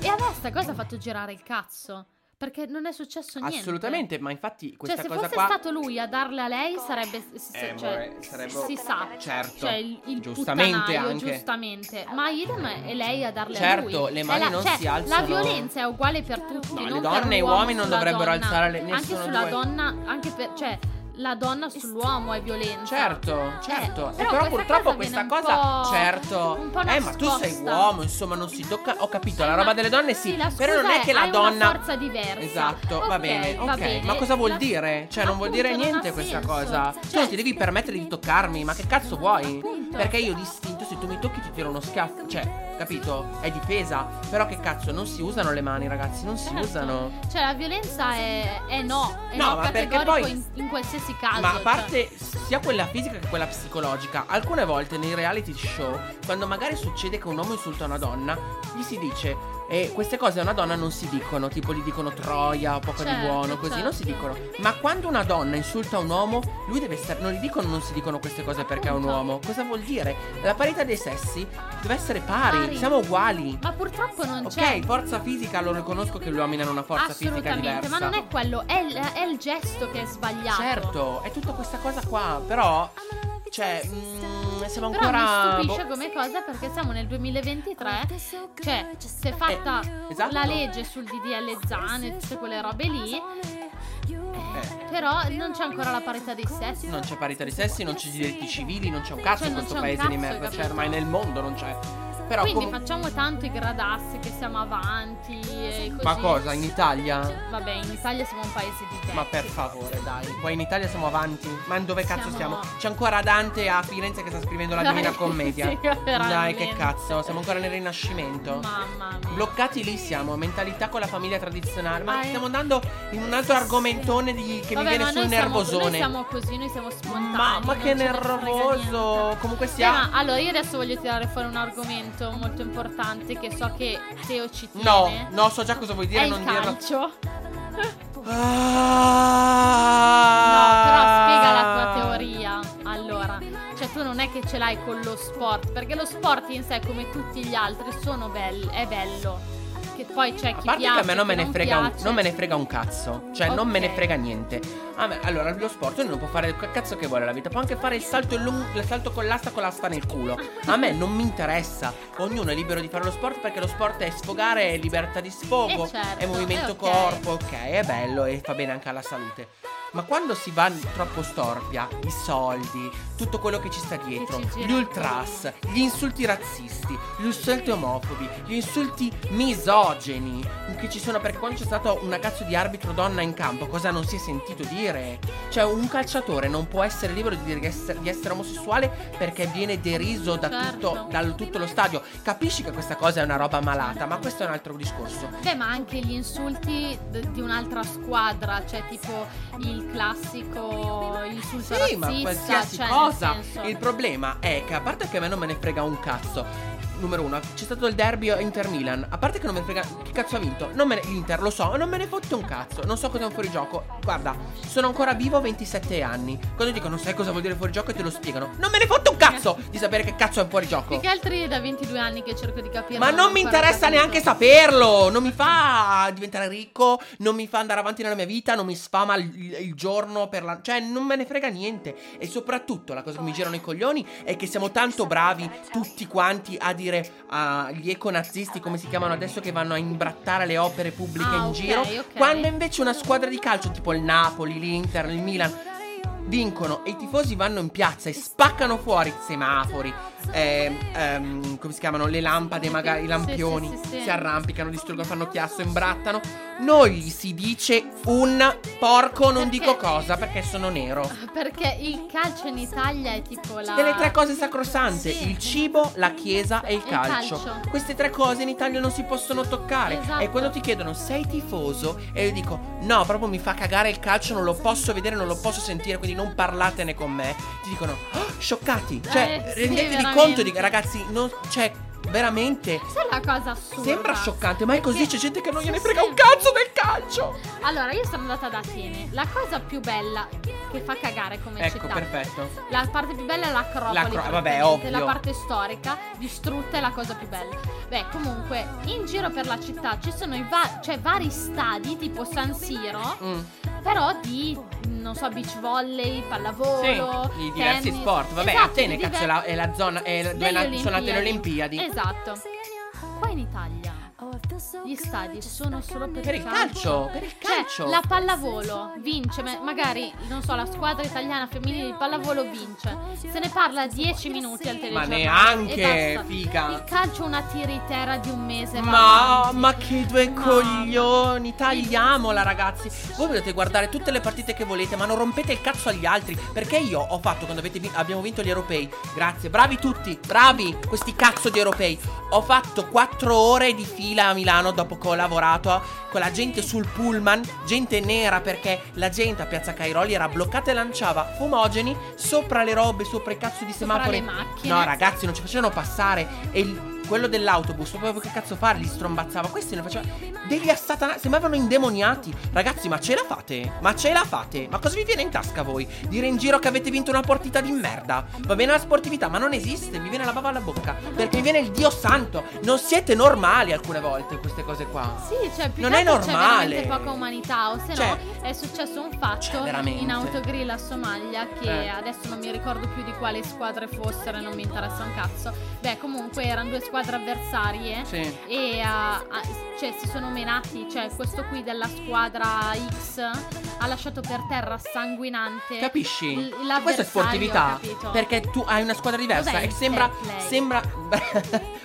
A: E a me sta cosa ha fatto girare il cazzo, perché non è successo niente.
B: Assolutamente, ma infatti
A: Cioè,
B: questa
A: se
B: cosa
A: fosse
B: qua.
A: stato lui a darle a lei, sarebbe. si-
B: Eh,
A: cioè,
B: amore, sarebbe-
A: si sa.
B: Certo.
A: Cioè, il, il
B: Giustamente
A: puttanaio,
B: anche.
A: giustamente. Ma idem è lei a darle a lui.
B: Certo, le mani
A: È la-
B: non
A: cioè,
B: si alzano.
A: La violenza è uguale per tutti.
B: No, le
A: non
B: donne
A: per
B: e gli
A: l'uomo
B: uomini non
A: sulla
B: dovrebbero
A: donna.
B: alzare le-
A: Anche
B: nessuno
A: sulla
B: due.
A: donna, anche per. Cioè, la donna sull'uomo è violenza.
B: Certo, certo.
A: Eh,
B: E
A: però questa
B: però,
A: cosa
B: purtroppo questa
A: viene un
B: cosa,
A: po'-
B: certo.
A: un po'
B: eh, ma tu sei
A: nascosta.
B: uomo, insomma, non si tocca. Ho capito,
A: Eh,
B: la
A: ma-
B: roba delle donne sì.
A: la
B: però non
A: scusa
B: è che la
A: hai
B: donna.
A: Una forza diversa.
B: Esatto, va
A: Ok,
B: bene,
A: va
B: ok.
A: bene.
B: Ma cosa vuol
A: La-
B: dire? Cioè, non vuol
A: Appunto,
B: dire
A: non ha
B: niente questa
A: senso.
B: cosa. Tu
A: Cioè,
B: non ti devi permettere di toccarmi, ma che cazzo vuoi?
A: Appunto. cioè,
B: Perché io distinto, se tu mi tocchi ti tiro uno schiaffo. Cioè, capito? È difesa. Però che cazzo, non si usano le mani, ragazzi, non si
A: Certo.
B: usano.
A: Cioè, la violenza è, è no, è
B: No,
A: no,
B: ma perché
A: categorico
B: poi-
A: in, in qualsiasi qualsiasi caso.
B: Ma a
A: cioè.
B: parte sia quella fisica che quella psicologica, alcune volte nei reality show, quando magari succede che un uomo insulta una donna, gli si dice, e queste cose a una donna non si dicono, tipo gli dicono troia, poco di
A: Certo,
B: buono, così, non si
A: certo.
B: dicono. Ma quando una donna insulta un uomo, lui deve essere, non gli dicono non si dicono queste cose perché è un
A: Appunto.
B: uomo. Cosa vuol dire? La parità dei sessi deve essere pari,
A: Pari.
B: siamo uguali.
A: Ma purtroppo non
B: Ok,
A: c'è.
B: forza fisica, lo riconosco che gli uomini hanno una forza fisica
A: Assolutamente,
B: diversa.
A: ma non è quello, è il, è il gesto che è sbagliato.
B: Certo, è tutta questa cosa qua, però cioè mm, siamo
A: Però
B: ancora
A: mi
B: boh,
A: stupisce come cosa perché siamo nel 2023, cioè si è fatta
B: Eh, esatto.
A: la legge sul DDL Zan e tutte quelle robe lì,
B: eh,
A: però non c'è ancora la parità dei sessi.
B: non c'è parità di sessi, non c'è diritti civili, non c'è un cazzo
A: Cioè,
B: in
A: non
B: questo
A: c'è un
B: paese di
A: cazzo,
B: merda,
A: capito?
B: cioè ormai nel mondo non c'è. Però boh.
A: Quindi
B: com-
A: facciamo tanto i gradassi che siamo avanti e così.
B: ma cosa in Italia?
A: Vabbè, in Italia siamo un paese di terzi.
B: Ma per favore, dai, qua in Italia siamo avanti. Ma dove cazzo siamo?
A: Siamo-
B: C'è ancora Dante a Firenze che sta scrivendo la
A: Dai,
B: Divina Commedia.
A: sì,
B: dai,
A: veramente.
B: che cazzo, siamo ancora nel Rinascimento.
A: Mamma mia.
B: Bloccati lì siamo, mentalità con la famiglia tradizionale. Ma
A: Ma è-
B: stiamo andando in un altro argomentone di- che
A: eh. Vabbè,
B: mi viene
A: ma
B: sul
A: noi siamo-
B: nervosone.
A: noi siamo così, noi siamo spontanei.
B: Ma, ma che
A: non ce ne frega niente.
B: nervoso! Comunque
A: Beh,
B: sia.
A: ma allora io adesso voglio tirare fuori un argomento molto importante che so che Teo ci tiene.
B: No, no, so già cosa vuoi dire,
A: è
B: non
A: il
B: dirlo.
A: calcio. No, però spiega la
B: Ah.
A: tua teoria. Allora, cioè tu non è che ce l'hai con lo sport, perché lo sport in sé, come tutti gli altri, sono belli, è bello. Che poi c'è Cioè, chi
B: A parte
A: piace,
B: che a me non me,
A: chi
B: ne frega un,
A: piace.
B: non me ne frega un cazzo. Cioè, non me ne
A: Ok.
B: frega niente. A me- allora, lo sport uno può fare il cazzo che vuole la vita. Può anche fare il salto, lungo, il salto con l'asta con l'asta nel culo. A me non mi interessa. Ognuno è libero di fare lo sport perché lo sport è sfogare, è libertà di sfogo,
A: Eh, certo,
B: è movimento
A: eh, ok.
B: corpo, ok, è bello e fa bene anche alla salute. Ma quando si va troppo storpia, i soldi, tutto quello che ci sta dietro,
A: Che ci gira
B: gli ultras, gli insulti razzisti, gli insulti omofobi, gli insulti misogeni che ci sono perché quando c'è stato una cazzo di arbitro donna in campo, cosa non si è sentito dire? Cioè, un calciatore non può essere libero di dire di essere, di essere omosessuale perché viene deriso da
A: Certo.
B: tutto, da tutto lo stadio. Capisci che questa cosa è una roba malata, ma questo è un altro discorso.
A: Beh, ma anche gli insulti d- di un'altra squadra, cioè tipo il classico insulto
B: Sì,
A: razzista,
B: ma qualsiasi
A: cioè, nel
B: cosa.
A: senso-
B: Il problema è che a parte che a me non me ne frega un cazzo. Numero uno, c'è stato il derby Inter Milan. A parte che non me ne frega. Chi cazzo ha vinto? Non me ne, Inter, lo so, non me ne fotte un cazzo. Non so cos'è un fuorigioco. Guarda, sono ancora vivo a 27 anni. Quando dicono sai cosa vuol dire fuorigioco e te lo spiegano. Non me ne fotte un cazzo di sapere che cazzo è un fuorigioco.
A: Più che altro io da 22 anni che cerco di capire.
B: Ecco. Ma non mi
A: ancora
B: interessa
A: capito.
B: neanche saperlo. Non mi fa diventare ricco. Non mi fa andare avanti nella mia vita. Non mi sfama il, il giorno per la. Cioè, non me ne frega niente. E soprattutto la cosa che mi girano i coglioni è che siamo tanto bravi tutti quanti a dire agli econazisti, come si chiamano adesso, che vanno a imbrattare le opere pubbliche
A: Ah,
B: in
A: ok,
B: giro.
A: ok.
B: Quando invece una squadra di calcio, tipo il Napoli, l'Inter, il Milan. Vincono e i tifosi vanno in piazza e spaccano fuori semafori, ehm, ehm, come si chiamano le lampade magari i
A: Sì,
B: lampioni
A: sì, sì, sì.
B: si arrampicano distruggono fanno chiasso imbrattano noi gli si dice un porco non
A: Perché?
B: dico cosa perché sono nero
A: Perché il calcio in Italia è tipo la.
B: delle tre cose sacrosante
A: Sì.
B: il cibo la chiesa e il
A: E il
B: calcio.
A: calcio.
B: queste tre cose in Italia non si possono toccare
A: Esatto.
B: e quando ti chiedono sei tifoso e io dico no proprio mi fa cagare il calcio non lo posso vedere non lo posso sentire quindi non parlatene con me ti dicono "Oh, scioccati cioè
A: Eh, sì,
B: rendetevi
A: veramente.
B: conto di ragazzi non cioè veramente
A: Sai la cosa assurda?
B: Sembra scioccante, ma è così,
A: Perché-
B: c'è gente che non
A: Sì,
B: gliene frega
A: sì.
B: un cazzo del calcio.
A: Allora, io sono andata ad Atene. La cosa più bella che fa cagare come
B: Ecco,
A: città.
B: perfetto.
A: La parte più bella è l'acropoli.
B: L'acro- vabbè,
A: praticamente.
B: ovvio.
A: La parte storica distrutta è la cosa più bella. Beh, comunque, in giro per la città ci sono i va- cioè, vari stadi, tipo San Siro,
B: Mm.
A: però di non so, beach volley, pallavolo,
B: Sì, di diversi
A: tennis.
B: sport. Vabbè,
A: Esatto,
B: Atene,
A: di
B: cazzo, è la, è la zona. È la, dove
A: delle
B: na- sono
A: Olimpiadi.
B: nate le Olimpiadi.
A: Esatto. Qua in Italia gli stadi sono solo per,
B: Per il calcio, per il
A: Cioè,
B: calcio.
A: la pallavolo vince, ma- magari non so, la squadra italiana femminile di pallavolo vince. Se ne parla 10 minuti al
B: ma
A: telegiornale. e
B: neanche,
A: basta. Il
B: figa.
A: calcio è una tiritera di un mese. va
B: Ma,
A: avanti.
B: ma che due
A: Ma-
B: coglioni, tagliamola ragazzi. Voi potete guardare tutte le partite che volete, ma non rompete il cazzo agli altri. Perché io ho fatto quando avete vi- abbiamo vinto gli europei. Grazie, bravi tutti, bravi questi cazzo di europei. Ho fatto 4 ore di fila a Milano dopo che ho lavorato con la gente sul pullman, gente nera perché la gente a Piazza Cairoli era bloccata e lanciava fumogeni sopra le robe, sopra i cazzo di
A: Sopra le
B: semafori.
A: macchine.
B: No, ragazzi, non ci facevano passare. E il- quello dell'autobus, proprio che cazzo fare, li strombazzava. Questi ne faceva. Devi assatanare. Sembravano indemoniati. Ragazzi, ma ce la fate? Ma ce la fate? Ma cosa vi viene in tasca a voi? Dire in giro che avete vinto una partita di merda. Va bene la sportività, ma non esiste. Mi viene la bava alla bocca. Perché mi viene il Dio santo. Non siete normali alcune volte queste cose qua.
A: Sì, cioè, più
B: Non
A: che
B: è
A: altro
B: normale.
A: C'è veramente poca umanità. O se
B: Cioè,
A: no, è successo un
B: cioè,
A: fatto
B: veramente.
A: in autogrill a Somalia. Che
B: Eh.
A: adesso non mi ricordo più di quale squadre fossero, non mi interessa un cazzo. Beh, comunque erano due squadre avversarie.
B: Sì.
A: E ah, ah, cioè, si sono menati. Cioè, questo qui della squadra X ha lasciato per terra sanguinante.
B: Capisci?
A: l-
B: Ma Questa
A: l'avversario,
B: è sportività.
A: capito?
B: Perché tu hai una squadra diversa
A: Dov'è
B: e
A: il
B: sembra.
A: fair play?
B: Sembra.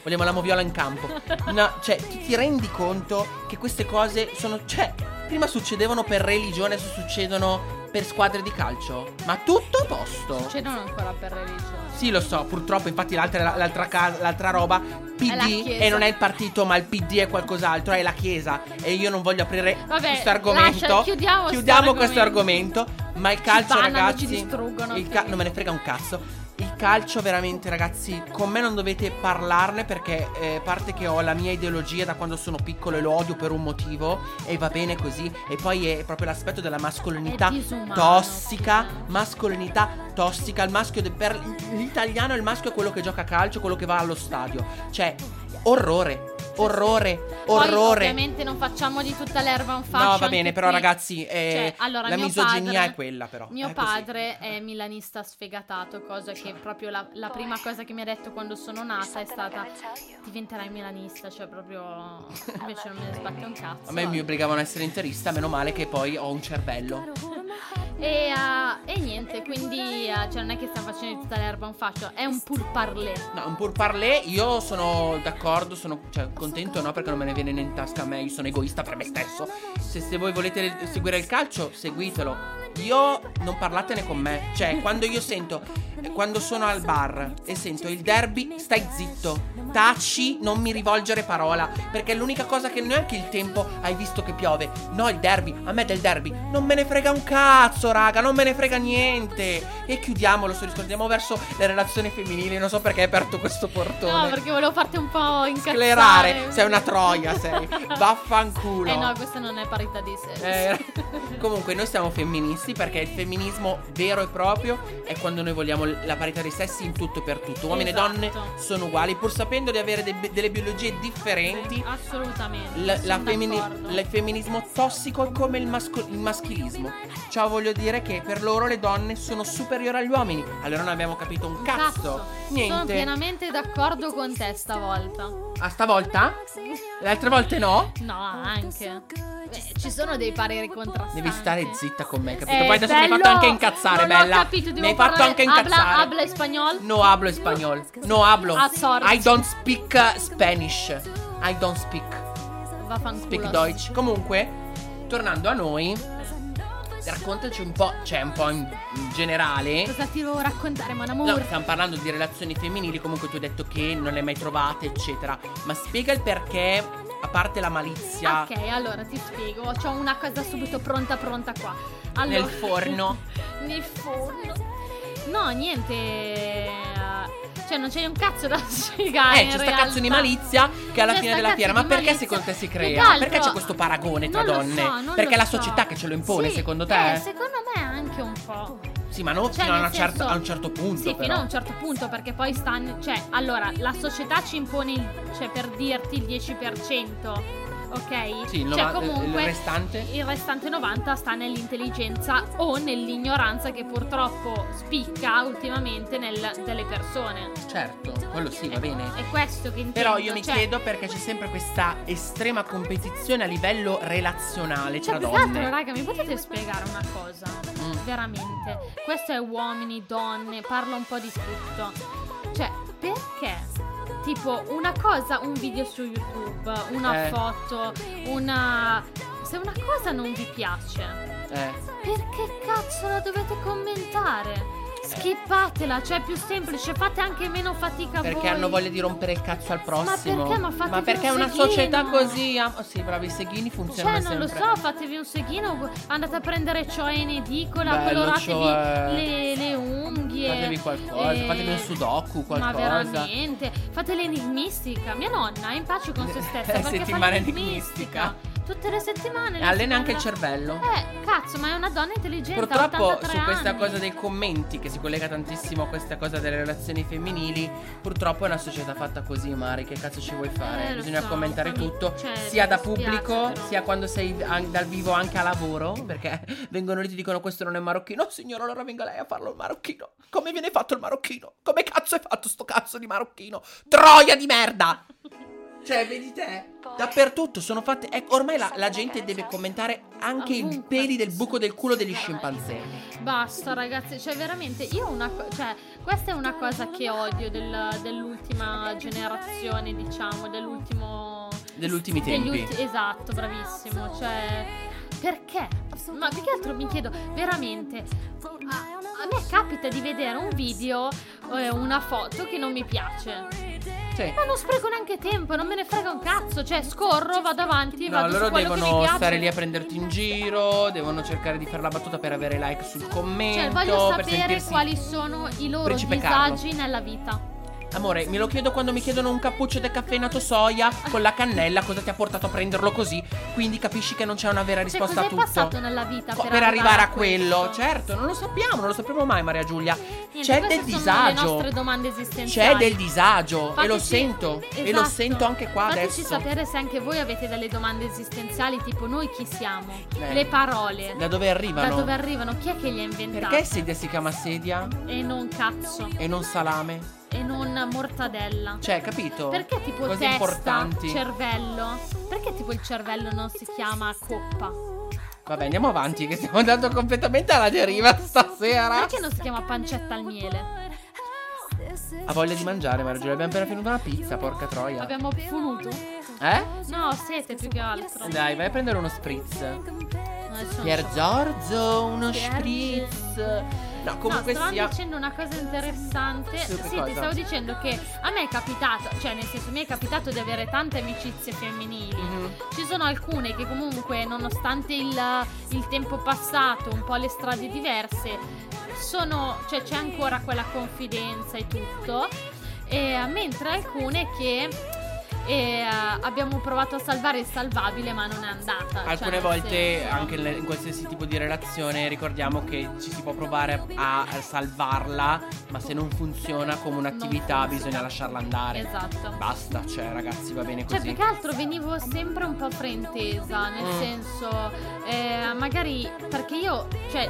B: Vogliamo la moviola in campo. No, cioè, ti, ti rendi conto che queste cose sono. Cioè, prima succedevano per religione, adesso succedono per squadre di calcio. Ma tutto a posto.
A: Succedono Cioè, ancora per religione.
B: Sì, lo so, purtroppo, infatti, l'altra, l'altra cas- l'altra roba.
A: È la
B: PD
A: Chiesa.
B: e non è il partito, ma il PD è qualcos'altro, è la Chiesa. E io non voglio aprire
A: Vabbè,
B: questo argomento.
A: lascia- chiudiamo sto
B: questo
A: argomento.
B: argomento. Ma il calcio,
A: bannano, ci
B: ragazzi.
A: distruggono,
B: il
A: quindi.
B: non me ne frega un cazzo. Il calcio, veramente, ragazzi, con me non dovete parlarne perché eh, a parte che ho la mia ideologia da quando sono piccolo e lo odio per un motivo. E va bene così. E poi è proprio l'aspetto della mascolinità
A: È disumano,
B: tossica.
A: sì.
B: Mascolinità tossica. Il maschio de- per l'italiano il maschio è quello che gioca a calcio, quello che va allo stadio. Cioè, orrore, orrore,
A: Poi,
B: orrore.
A: ovviamente non facciamo di tutta l'erba un fascio.
B: No, va bene,
A: anche
B: però
A: qui.
B: ragazzi, eh,
A: Cioè, allora,
B: la
A: mio
B: misoginia
A: padre-
B: è quella però.
A: Mio
B: è così.
A: padre è milanista sfegatato, cosa che proprio la, la prima cosa che mi ha detto quando sono nata è stata diventerai milanista, cioè proprio invece non me ne sbacca un cazzo.
B: A me mi obbligavano a essere interista, meno male che poi ho un cervello.
A: E, ah, e niente, quindi ah, cioè, non è che stiamo facendo di tutta l'erba un fascio, è un pur parler.
B: No, un pur parlé, io sono d'accordo, sono cioè, contento no perché non me ne viene in tasca a me, io sono egoista per me stesso. Se, se voi volete seguire il calcio, seguitelo. Io non parlatene con me, cioè quando io sento, eh, quando sono al bar e sento il derby, stai zitto, taci, non mi rivolgere parola, perché è l'unica cosa che neanche il tempo hai visto che piove. No, il derby, a me del derby, non me ne frega un cazzo, raga, non me ne frega niente. E chiudiamolo, se rispondiamo verso le relazioni femminili, non so perché hai aperto questo portone.
A: No, perché volevo farti un po' incazzare.
B: Sclerare, sei una troia, sei. Vaffanculo.
A: Eh no, questa non è parità di sesso.
B: Eh, comunque noi siamo femministi perché il femminismo vero e proprio è quando noi vogliamo la parità dei sessi in tutto e per tutto. Uomini
A: Esatto.
B: e donne sono uguali, pur sapendo di avere de- delle biologie differenti.
A: Assolutamente.
B: l- la
A: sono
B: femmini-
A: d'accordo.
B: il femminismo tossico è come il, masco- il maschilismo. Ciò voglio dire che per loro le donne sono superiori agli uomini. Allora non abbiamo capito un cazzo.
A: Sono
B: Niente.
A: pienamente d'accordo con te stavolta.
B: A stavolta? Le altre volte no?
A: No, anche. Beh, ci sono dei pareri contrastanti.
B: Devi stare zitta con me, capito?
A: Eh,
B: Poi adesso mi hai
A: bello!
B: fatto anche incazzare,
A: Non ho
B: bella.
A: capito, devo
B: mi hai fatto
A: parlare-
B: anche
A: habla-
B: incazzare.
A: habla español?
B: No hablo spagnolo. No hablo.
A: Ah, sorry.
B: I don't speak uh, Spanish. I don't speak.
A: Vaffanculo.
B: Speak Deutsch. Comunque, tornando a noi, raccontaci un po', cioè un po' in, in generale.
A: Cosa ti devo raccontare, mon amour?
B: No, stiamo parlando di relazioni femminili, comunque tu hai detto che non le hai mai trovate, eccetera. Ma spiega il perché, a parte la malizia
A: Ok, allora ti spiego. Ho una cosa subito pronta, pronta qua. Allora,
B: nel forno.
A: nel forno. No, niente. eh, Cioè, non c'è un cazzo da spiegare.
B: Eh, c'è sta cazzo di
A: malizia
B: malizia che alla
A: Ah, C'è Cioè,
B: fine
A: sta
B: della
A: cazzo
B: fiera.
A: di
B: Ma perché
A: malizia.
B: secondo te si
A: Più che
B: crea?
A: altro-
B: perché c'è questo paragone tra
A: non lo
B: donne?
A: so, non
B: perché
A: lo
B: è la
A: so.
B: società che ce lo impone,
A: Sì,
B: secondo te?
A: eh, secondo me anche un po'.
B: sì, ma non
A: Cioè,
B: fino a,
A: nel
B: una certa-
A: senso-
B: a un certo punto.
A: Sì,
B: però.
A: fino a un certo punto, perché poi stanno. Cioè, allora, la società ci impone, il- cioè, per dirti il 10%, ok?
B: Sì, il,
A: cioè,
B: nova- il
A: comunque.
B: restante.
A: Il restante 90 sta nell'intelligenza o nell'ignoranza che purtroppo spicca ultimamente nel- delle persone. Ecco,
B: Certo, quello sì, va bene.
A: È questo che intendo.
B: Però io mi
A: cioè-
B: chiedo perché c'è sempre questa estrema competizione a livello relazionale
A: Cioè,
B: tra
A: più che altro,
B: donne.
A: raga, mi potete spiegare una cosa?
B: Mm.
A: Veramente. Questo è uomini, donne, parla un po' di tutto. Cioè, perché? Tipo, una cosa, un video su YouTube, una
B: Eh.
A: foto, una... Se una cosa non vi piace,
B: Eh,
A: perché cazzo la dovete commentare?
B: Eh.
A: Skippatela, cioè è più semplice, fate anche meno fatica
B: Perché
A: voi.
B: hanno voglia di rompere il cazzo al prossimo.
A: perché? Ma fatevi
B: perché è
A: un
B: una
A: seghino.
B: società così. am- oh, sì, bravi, i
A: Cioè,
B: seghini funzionano
A: non lo
B: sempre.
A: so, fatevi un seghino, gu- andate a prendere ciò in edicola,
B: Bello,
A: coloratevi
B: cioè.
A: le, le unghie.
B: Fatevi qualcosa,
A: eh,
B: fatevi un sudoku, qualcosa.
A: Ma veramente, fate l'enigmistica. Mia nonna è in pace con se stessa
B: Eh,
A: perché
B: settimana
A: fa l'enigmistica. Tutte le settimane.
B: E
A: la
B: allena anche il
A: settimana-
B: cervello.
A: Eh, cazzo, ma è una donna intelligente. ha
B: Purtroppo
A: 83
B: su questa
A: anni.
B: cosa dei commenti che si collega tantissimo a questa cosa delle relazioni femminili, purtroppo è una società fatta così, Mari, che cazzo ci vuoi fare?
A: Eh, lo
B: Bisogna
A: so,
B: commentare
A: fammi-
B: tutto,
A: cioè,
B: sia da
A: mi dispiace,
B: pubblico,
A: però.
B: sia quando sei an- dal vivo anche a lavoro, perché vengono lì e ti dicono questo non è marocchino, "Oh, signora, allora venga lei a farlo il marocchino. Come viene fatto il marocchino? Come cazzo è fatto sto cazzo di marocchino? Troia di merda! Cioè, vedi te? Dappertutto sono fatte. ecco, ormai la, la gente deve commentare anche i
A: Ovunque.
B: peli del buco del culo degli scimpanzé.
A: Basta ragazzi, cioè veramente io ho una co- cioè questa è una cosa che odio del- dell'ultima generazione, diciamo, dell'ultimo
B: Degli ultimi
A: degli
B: tempi.
A: ulti- esatto, bravissimo, cioè perché? Ma più che altro mi chiedo veramente a, a me capita di vedere un video eh, una foto che non mi piace.
B: Sì.
A: Ma non spreco neanche tempo, non me ne frega un cazzo, cioè scorro, vado avanti,
B: No,
A: vado
B: loro
A: su quello che mi
B: devono
A: piace.
B: stare lì a prenderti in giro, devono cercare di fare la battuta per avere like sul commento.
A: Cioè, voglio
B: per
A: sapere
B: sentirsi-
A: quali sono i loro
B: Principe Carlo.
A: disagi nella vita.
B: Amore, me lo chiedo quando mi chiedono un cappuccio decaffeinato soia con la cannella, cosa ti ha portato a prenderlo così? Quindi capisci che non c'è una vera
A: Cioè,
B: risposta
A: cosa
B: a
A: è
B: tutto.
A: passato nella vita
B: Co-
A: per,
B: per arrivare a
A: questo?
B: quello, certo, non lo sappiamo, non lo sapremo mai, Maria Giulia.
A: Niente,
B: C'è
A: queste
B: del
A: sono
B: disagio.
A: le nostre domande esistenziali.
B: C'è del disagio e lo
A: Fateci-
B: sento e lo
A: esatto.
B: sento anche qua
A: Fateci
B: adesso.
A: sapere se anche voi avete delle domande esistenziali, tipo noi chi siamo,
B: Eh.
A: le parole,
B: Da dove
A: da
B: arrivano?
A: dove arrivano, chi è che le ha inventate
B: Perché sedia si chiama sedia
A: e non cazzo
B: e non salame?
A: e non mortadella.
B: Cioè, capito?
A: perché tipo
B: Cose
A: testa, Cioè,
B: importanti.
A: cervello? Perché tipo il cervello non si chiama coppa?
B: Vabbè, andiamo avanti, che stiamo andando completamente alla deriva stasera.
A: Perché non si chiama pancetta al miele?
B: Ha voglia di mangiare, Margioria. Abbiamo appena finito una pizza, porca troia.
A: Abbiamo funuto?
B: Eh?
A: No, sete più che altro.
B: Dai, vai a prendere uno spritz.
A: Adesso non
B: Pier
A: so.
B: Giorgio, uno
A: Pier-
B: spritz. No, comunque
A: no, stavamo
B: sia.
A: dicendo una cosa interessante.
B: Su che
A: sì,
B: cosa?
A: ti stavo dicendo che a me è capitato, cioè nel senso mi è capitato di avere tante amicizie femminili.
B: Mhm.
A: Ci sono alcune che comunque, nonostante il, il tempo passato, un po' le strade diverse, sono, cioè c'è ancora quella confidenza e tutto. E, eh, mentre alcune che eh, abbiamo provato a salvare il salvabile, ma non è andata. Cioè,
B: Alcune
A: nel
B: volte,
A: senso-
B: anche nel- in qualsiasi tipo di relazione, ricordiamo che ci si può provare a, a salvarla, ma se non funziona come un'attività,
A: funziona.
B: bisogna lasciarla andare.
A: Esatto.
B: Basta, cioè, ragazzi, va bene
A: Cioè,
B: così.
A: più che altro venivo sempre un po' fraintesa, nel
B: Mm.
A: senso, eh, magari perché io, cioè,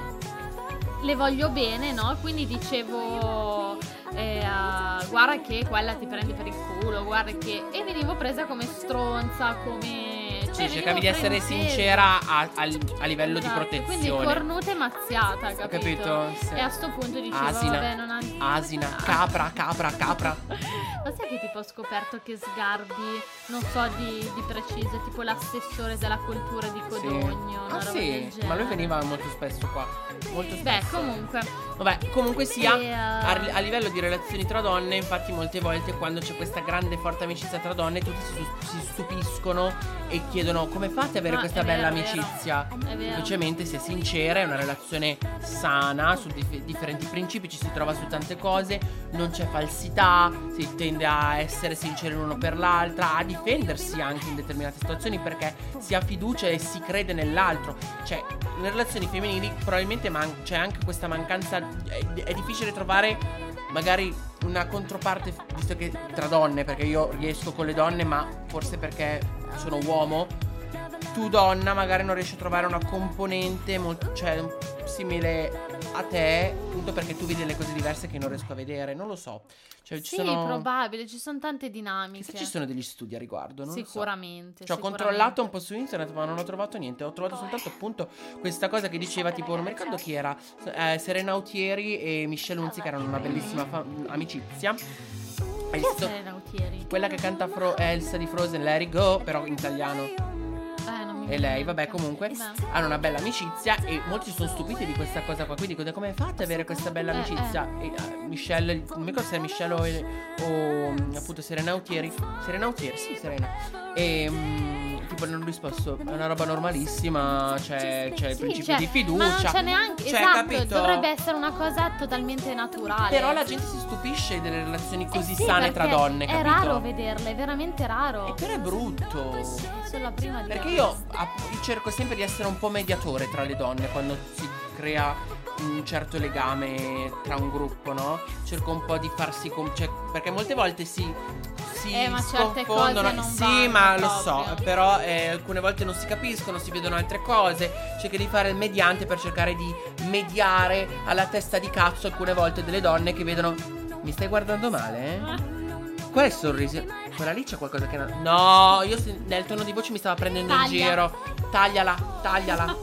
A: le voglio bene, no? Quindi dicevo, eh, ah, guarda che quella ti prendi per il culo, guarda che... E venivo presa come stronza, come... Cioè,
B: Sì,
A: venivo
B: cercavi di essere
A: fraintesa.
B: sincera a, al- a livello
A: Esatto,
B: di
A: Quindi
B: protezione.
A: cornuta e mazziata, capito?
B: Capito? Sì.
A: E a sto punto dicevo,
B: Asina.
A: vabbè, non ha...
B: Asina, capra, capra, capra.
A: Ma sai che tipo ho scoperto che Sgarbi, non so di, di preciso, è tipo l'assessore della cultura di Codogno, una
B: Ah
A: roba
B: sì,
A: del genere.
B: ma lui veniva molto spesso qua. Molto spesso.
A: Beh, comunque.
B: Vabbè, comunque sia,
A: E, eh,
B: a, a livello di relazioni tra donne, infatti molte volte quando c'è questa grande forte amicizia tra donne, tutti si, si stupiscono e chiedono come fate ad avere
A: Ah,
B: questa
A: è
B: bella
A: vero, è vero.
B: amicizia.
A: È vero.
B: Semplicemente si è sincera, è una relazione sana, su dif- differenti principi, ci si trova su tante cose, non c'è falsità, si tende a essere sinceri l'uno per l'altra, a difendersi anche in determinate situazioni perché si ha fiducia e si crede nell'altro. Cioè, nelle relazioni femminili probabilmente man- c'è anche questa mancanza, è, è difficile trovare magari una controparte, visto che tra donne, perché io riesco con le donne, ma forse perché sono uomo, tu donna magari non riesci a trovare una componente mol- cioè, simile a te, appunto perché tu vedi delle cose diverse che io non riesco a vedere, non lo so. Cioè,
A: Sì,
B: ci sono...
A: probabile, ci sono tante dinamiche.
B: Chissà, ci sono degli studi a riguardo, non lo so.
A: Sicuramente.
B: Cioè, ho
A: sicuramente.
B: controllato un po' su internet, ma non ho trovato niente. Ho trovato soltanto appunto questa cosa che diceva: tipo, non mi ricordo chi era. eh, Serena Autieri e Michelle Unzi, che erano una bellissima fa- amicizia. E
A: Chi è
B: sto-
A: Serena Autieri?
B: eh, Quella che canta Fro- Elsa di Frozen, Larry Go, però in italiano.
A: Eh, non mi
B: e lei, vabbè, comunque
A: Ma-
B: hanno una bella amicizia e molti sono stupiti di questa cosa qua. Quindi dicono, come fate ad avere questa bella
A: Eh,
B: amicizia? E eh, Michelle, non mi ricordo se era Michelle o, o, mm, appunto Serena Autieri. Serena Autieri, sì, Serena. E mm, tipo non ho risposto, è una roba normalissima, c'è, c'è il
A: Sì,
B: principio
A: cioè,
B: di fiducia.
A: Ma non c'è neanche.
B: Cioè,
A: esatto,
B: capito?
A: dovrebbe essere una cosa totalmente naturale.
B: Però la gente si stupisce delle relazioni
A: Eh
B: così
A: sì,
B: sane tra
A: perché
B: donne,
A: È
B: capito?
A: raro vederle, è veramente raro.
B: E però è brutto.
A: È solo la prima di
B: Perché io app- cerco sempre di essere un po' mediatore tra le donne quando si crea un certo legame tra un gruppo, no? Cerco un po' di farsi com- cioè, perché molte volte si si
A: Eh, ma certe
B: sconfondono.
A: cose non
B: sì,
A: vanno
B: ma lo so,
A: proprio.
B: però eh, alcune volte non si capiscono, si vedono altre cose. Cerchi di fare il mediante per cercare di mediare alla testa di cazzo alcune volte delle donne che vedono mi stai guardando male? Eh? Qual è il sorriso? Quella lì c'è qualcosa che non. No, io se- nel tono di voce mi stava prendendo in
A: Taglia.
B: giro. Tagliala, tagliala.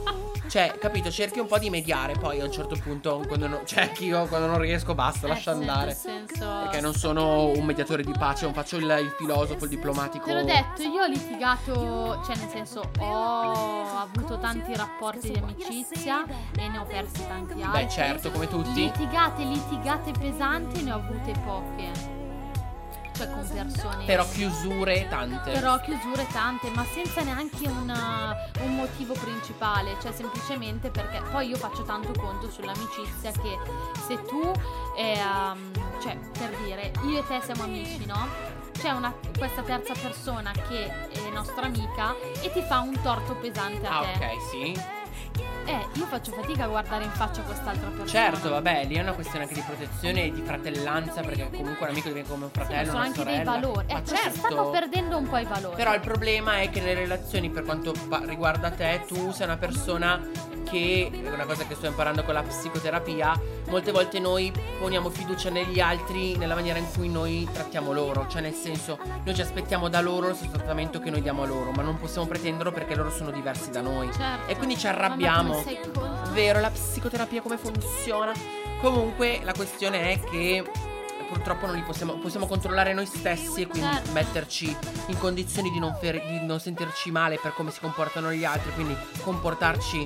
B: Cioè, capito, cerchi un po' di mediare, poi a un certo punto, quando non, cioè, che io quando non riesco basta, lascia
A: Eh
B: andare. Perché non sono un mediatore di pace, non faccio il, il filosofo, il diplomatico.
A: Te l'ho detto, io ho litigato, cioè nel senso ho avuto tanti rapporti di amicizia e ne ho persi tanti altri.
B: Beh, certo, come tutti.
A: Litigate, litigate pesanti ne ho avute poche. Cioè con persone.
B: Però chiusure tante. Ah,
A: Però chiusure tante, ma senza neanche una- un motivo principale, cioè semplicemente perché poi io faccio tanto conto sull'amicizia che se tu, ehm, cioè per dire, io e te siamo amici, no? C'è una, questa terza persona che è nostra amica e ti fa un torto pesante a
B: ah,
A: te.
B: ok, sì.
A: Eh, io faccio fatica a guardare in faccia quest'altra persona.
B: Certo, vabbè, lì è una questione anche di protezione e di fratellanza, perché comunque un amico diventa come un
A: Sì, ma
B: fratello.
A: sono
B: una
A: anche
B: sorella.
A: dei valori.
B: Ma
A: Ecco, si
B: certo.
A: stanno perdendo un po' i valori.
B: Però il problema è che le relazioni, per quanto pa- riguarda te, tu sei una persona che, è una cosa che sto imparando con la psicoterapia, molte volte noi poniamo fiducia negli altri nella maniera in cui noi trattiamo loro, cioè nel senso noi ci aspettiamo da loro lo stesso trattamento che noi diamo a loro, ma non possiamo pretenderlo perché loro sono diversi da noi.
A: Certo.
B: E quindi ci
A: Mamma,
B: arrabbiamo.
A: come sei contro-
B: Vero, la psicoterapia come funziona? Comunque la questione è che purtroppo non li possiamo, possiamo controllare noi stessi e quindi
A: Certo.
B: metterci in condizioni di non, fer- di non sentirci male per come si comportano gli altri, quindi comportarci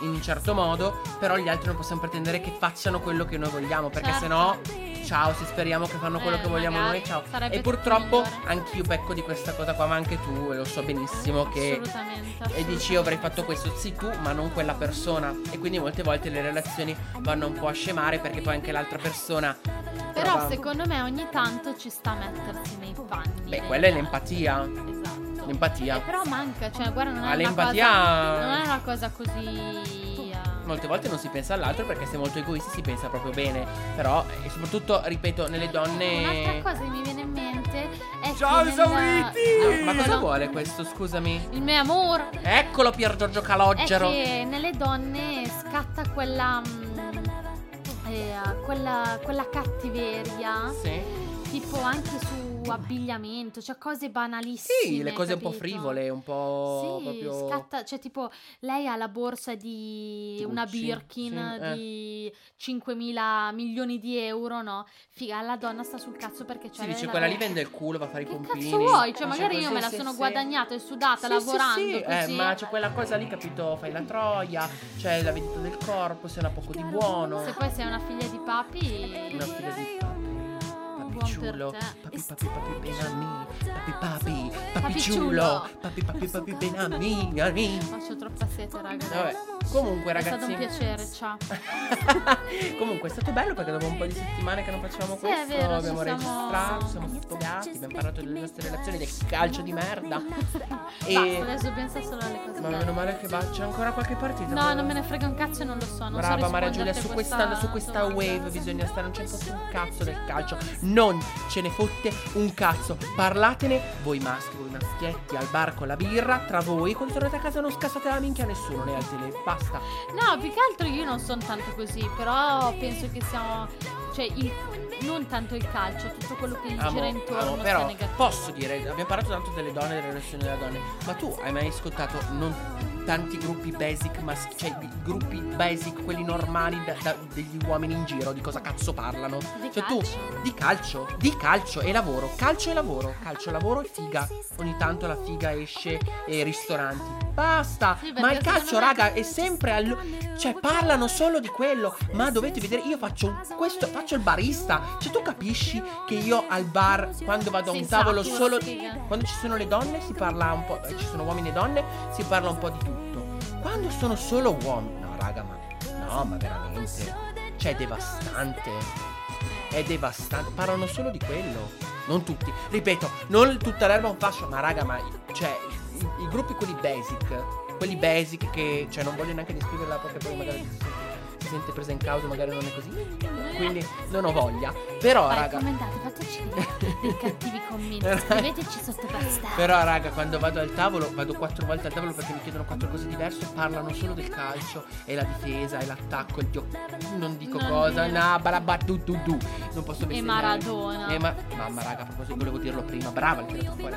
B: in un certo modo, però gli altri non possiamo pretendere che facciano quello che noi vogliamo, perché
A: Certo.
B: sennò ciao, se speriamo che fanno quello
A: Eh,
B: che vogliamo
A: magari.
B: noi, ciao.
A: Sarebbe
B: E purtroppo
A: migliore.
B: anch'io pecco di questa cosa qua, ma anche tu, e lo so benissimo che
A: Assolutamente,
B: e dici
A: assolutamente.
B: io avrei fatto questo sì tu ma non quella persona e quindi molte volte le relazioni vanno un po' a scemare perché poi anche l'altra persona
A: Però
B: trova-
A: secondo me ogni tanto ci sta a mettersi nei panni.
B: beh
A: degli
B: quella è
A: altri.
B: l'empatia
A: Esatto.
B: l'empatia
A: Eh, però manca, cioè guarda, non
B: Ma
A: è, una
B: l'empatia-
A: cosa, non è una cosa così... eh,
B: molte volte non si pensa all'altro perché se è molto egoisti si pensa proprio bene però eh, e soprattutto ripeto nelle donne
A: Un'altra cosa che mi viene in mente è
B: Ciao,
A: che nel-
B: esauriti!
A: Ah,
B: ma cosa
A: quello-
B: vuole questo scusami
A: Il mio amore
B: eccolo Pier Giorgio
A: è
B: Calogero
A: che nelle donne scatta quella... mm, eh, quella, quella cattiveria
B: sì
A: tipo anche su abbigliamento cioè cose banalissime
B: sì le cose un po'
A: capito?
B: frivole un po'
A: Sì,
B: proprio
A: scatta, cioè tipo lei ha la borsa di una
B: Gucci,
A: Birkin
B: sì, eh.
A: di 5.000 milioni di euro, no? Figa, la donna sta sul cazzo perché c'è
B: si dice quella lì vende il culo va a fare i
A: cioè, Che
B: pompini
A: cazzo vuoi? Cioè
B: Dice,
A: magari io
B: così,
A: me la
B: sì,
A: sono
B: sì.
A: guadagnata e sudata
B: Sì,
A: lavorando
B: sì, sì. Eh,
A: così.
B: ma c'è quella cosa lì, capito? Fai la troia, c'è la vendita del corpo, se ne ha poco di buono.
A: Se poi sei una figlia di papi
B: Una fila di papi. Papicciullo,
A: eh, Buon per
B: papi papi papi benami, papi papi, papicciullo,
A: Papicciullo.
B: papi papi papi benami, benami.
A: faccio troppa sete, raga.
B: Vabbè, comunque
A: È stato
B: ragazzi
A: un piacere, ciao.
B: Comunque è stato bello perché dopo un po' di settimane che non facevamo
A: Sì, è
B: questo
A: vero, ci siamo-
B: Abbiamo registrato, ci siamo sfogati, abbiamo parlato delle nostre relazioni, del calcio di merda E
A: Basta, adesso pensa solo alle cose
B: Ma
A: belle.
B: meno male che va, c'è ancora qualche partita
A: No,
B: però?
A: non me ne frega un cazzo e non lo so. Non
B: Brava
A: so
B: Maria Giulia,
A: risponderti
B: su
A: a
B: questa, su questa
A: domanda.
B: wave bisogna stare, non c'è fotte un cazzo del calcio. Non ce ne fotte un cazzo. Parlatene voi maschi, voi maschietti, al bar con la birra, tra voi. Quando tornate a casa non scassate la minchia a nessuno, né al tele. Basta.
A: No, più che altro io non sono tanto così, però penso che siamo. Cioè, il- non tanto il calcio, tutto quello che gli
B: Amo,
A: gira intorno
B: amo,
A: sia
B: però
A: negativo.
B: posso dire, abbiamo parlato tanto delle donne e delle relazioni delle donne, ma tu hai mai ascoltato, non tanti gruppi basic maschi, cioè di- gruppi basic, quelli normali da- da- degli uomini in giro, di cosa cazzo parlano?
A: Di
B: cioè
A: calcio.
B: tu di calcio, di calcio e lavoro, calcio e lavoro, calcio e lavoro e figa. Ogni tanto la figa esce e i ristoranti. Basta,
A: Sì,
B: ma
A: perché
B: il calcio,
A: secondo me-
B: raga, è sempre allo- cioè parlano solo di quello, ma dovete vedere io faccio questo, faccio il barista. Cioè tu capisci che io al bar quando vado a un
A: Senza
B: tavolo
A: attimo,
B: solo
A: sfiga.
B: quando ci sono le donne si parla un po', eh, ci sono uomini e donne, si parla un po' di tutto. Quando sono solo uomini, no raga, ma no, ma veramente. Cioè è devastante. È devastante, parlano solo di quello. Non tutti, ripeto, non tutta l'erba è un fascio, ma raga, ma cioè i, i gruppi quelli basic, quelli basic che cioè non voglio neanche descriverla perché poi magari si sente- si sente presa in causa, magari non è così. Quindi non ho voglia. Però,
A: Vai,
B: raga,
A: commentate, fateci dei cattivi commenti.
B: Raga.
A: Scriveteci sotto questa.
B: Però raga, quando vado al tavolo, vado quattro volte al tavolo perché mi chiedono quattro cose diverse, parlano solo del calcio, e la difesa, e l'attacco, e il dio... Non dico
A: Non
B: cosa,
A: dire.
B: na barabatu du du. Non posso
A: E
B: bestemmiare.
A: Maradona.
B: E ma... Mamma raga, a proposito, volevo dirlo prima, brava, il tirato fuori.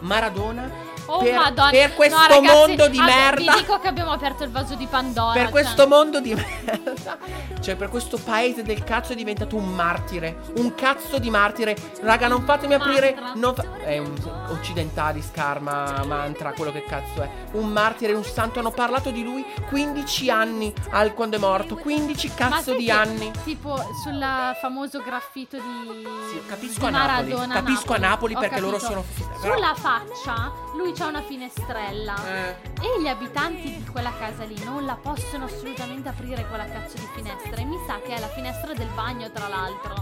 B: Maradona
A: Oh
B: per,
A: madonna.
B: per
A: No,
B: questo
A: ragazzi,
B: mondo di
A: ab-
B: merda.
A: Vi dico che abbiamo aperto il vaso di Pandora.
B: Per
A: cioè,
B: questo mondo di merda. Cioè, per questo paese del cazzo è diventato un martire. Un cazzo di martire. Raga, non fatemi aprire.
A: Mantra.
B: non fa- è un occidentali, scarma, mantra, quello che cazzo è. Un martire, un santo. Hanno parlato di lui 15 anni al quando è morto. 15
A: Ma
B: cazzo
A: sai
B: di
A: che,
B: anni.
A: Tipo sul famoso graffito di,
B: Sì, capisco
A: di
B: a Napoli.
A: Maradona.
B: Capisco a Napoli
A: Ho
B: perché loro
A: capito.
B: sono- però-
A: Sulla faccia lui c'ha una finestrella.
B: Eh,
A: E gli abitanti di quella casa lì non la possono assolutamente aprire quella cazzo di finestra. E mi sa che è la finestra del bagno, tra l'altro.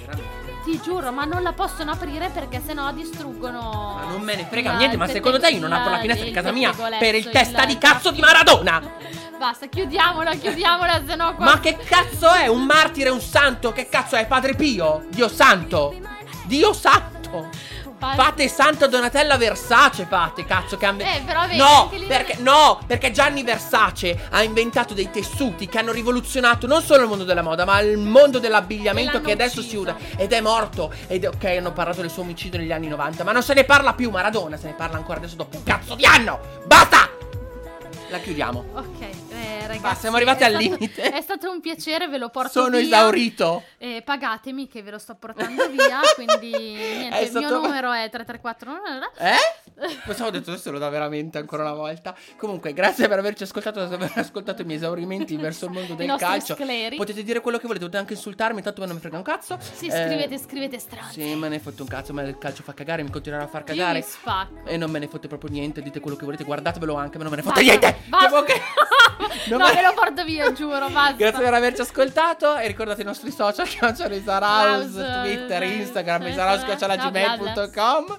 B: veramente.
A: Ti giuro, ma non la possono aprire perché sennò distruggono.
B: Ma non me ne frega
A: la-
B: niente, ma
A: il
B: secondo te io non
A: pettegolezzo-
B: apro la finestra di
A: il
B: casa mia
A: pettegolezzo,
B: per il testa di cazzo di
A: graffito.
B: Maradona?
A: Basta, chiudiamola, chiudiamola, sennò qua.
B: Ma che cazzo è? Un martire, un santo? Che cazzo è? Padre Pio? Dio santo? Dio santo?
A: Fa-
B: Fate Santa Donatella Versace, fate cazzo che ha
A: Eh, però vedi,
B: No,
A: anche lì
B: perché
A: non
B: no, perché Gianni Versace ha inventato dei tessuti che hanno rivoluzionato non solo il mondo della moda, ma il mondo dell'abbigliamento
A: E
B: che
A: l'hanno
B: adesso si
A: ucciso.
B: usa ed è morto. Ed ok, hanno parlato del suo omicidio negli anni 90, ma non se ne parla più Maradona, se ne parla ancora adesso dopo un cazzo di anno. Basta! La chiudiamo.
A: Ok, eh, ragazzi.
B: Basta, siamo arrivati
A: è
B: al
A: stato-
B: limite.
A: È stato un piacere, ve lo porto
B: Sono
A: via.
B: esaurito.
A: Eh, pagatemi che ve lo sto portando via, quindi niente,
B: È
A: il mio
B: stato-
A: numero è 334.
B: Eh? Pensavo ho detto solo da veramente ancora una volta. Comunque, grazie per averci ascoltato, per aver ascoltato i miei esaurimenti verso il mondo
A: I
B: del
A: nostri
B: calcio.
A: scleri.
B: Potete dire quello che volete, potete anche insultarmi, tanto me non mi frega un cazzo.
A: Sì,
B: Eh,
A: scrivete, scrivete strano.
B: Sì, me ne fotte un cazzo, ma il calcio fa cagare, mi continuerà a far
A: Io mi
B: cagare.
A: spacco.
B: E non me ne fotte proprio niente, dite quello che volete, guardatevelo anche, ma non me ne fotte
A: Basta,
B: niente.
A: Basta.
B: Tipo che-
A: no,
B: Non me-
A: ve lo porto via, giuro, basta.
B: Grazie per averci ascoltato e ricordate i nostri social Cancellisa Rouse,
A: Rouse,
B: Twitter,
A: eh,
B: Instagram,
A: eh,
B: gmail.com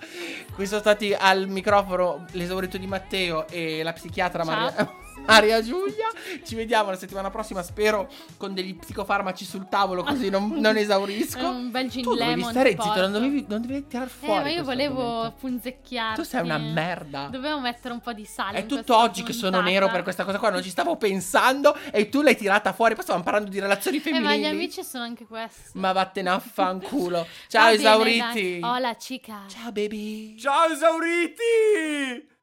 B: Qui sono stati al microfono l'esaurito di Matteo e la psichiatra
A: Ciao.
B: Maria, Maria Giulia. Ci vediamo la settimana prossima, spero con degli psicofarmaci sul tavolo così non, non esaurisco.
A: Un bel gin
B: tu devi
A: lemon
B: stare
A: ti
B: zitto,
A: porto.
B: non dovevi, non dovevi tirar
A: Eh,
B: fuori.
A: ma io
B: questo
A: volevo
B: argomento.
A: punzecchiarti.
B: Tu sei una merda.
A: Dovevo mettere un po' di sale.
B: È
A: in
B: tutto
A: questa
B: oggi che sono
A: puntata.
B: nero per questa cosa qua, non ci stavo pensando e tu l'hai tirata fuori. Poi stavamo parlando di relazioni
A: Eh,
B: femminili.
A: ma gli amici sono anche questi.
B: Ma vattene a fanculo. Ciao
A: Va bene,
B: esauriti.
A: dai. Hola, chica.
B: Ciao baby.
D: Ciao esauriti!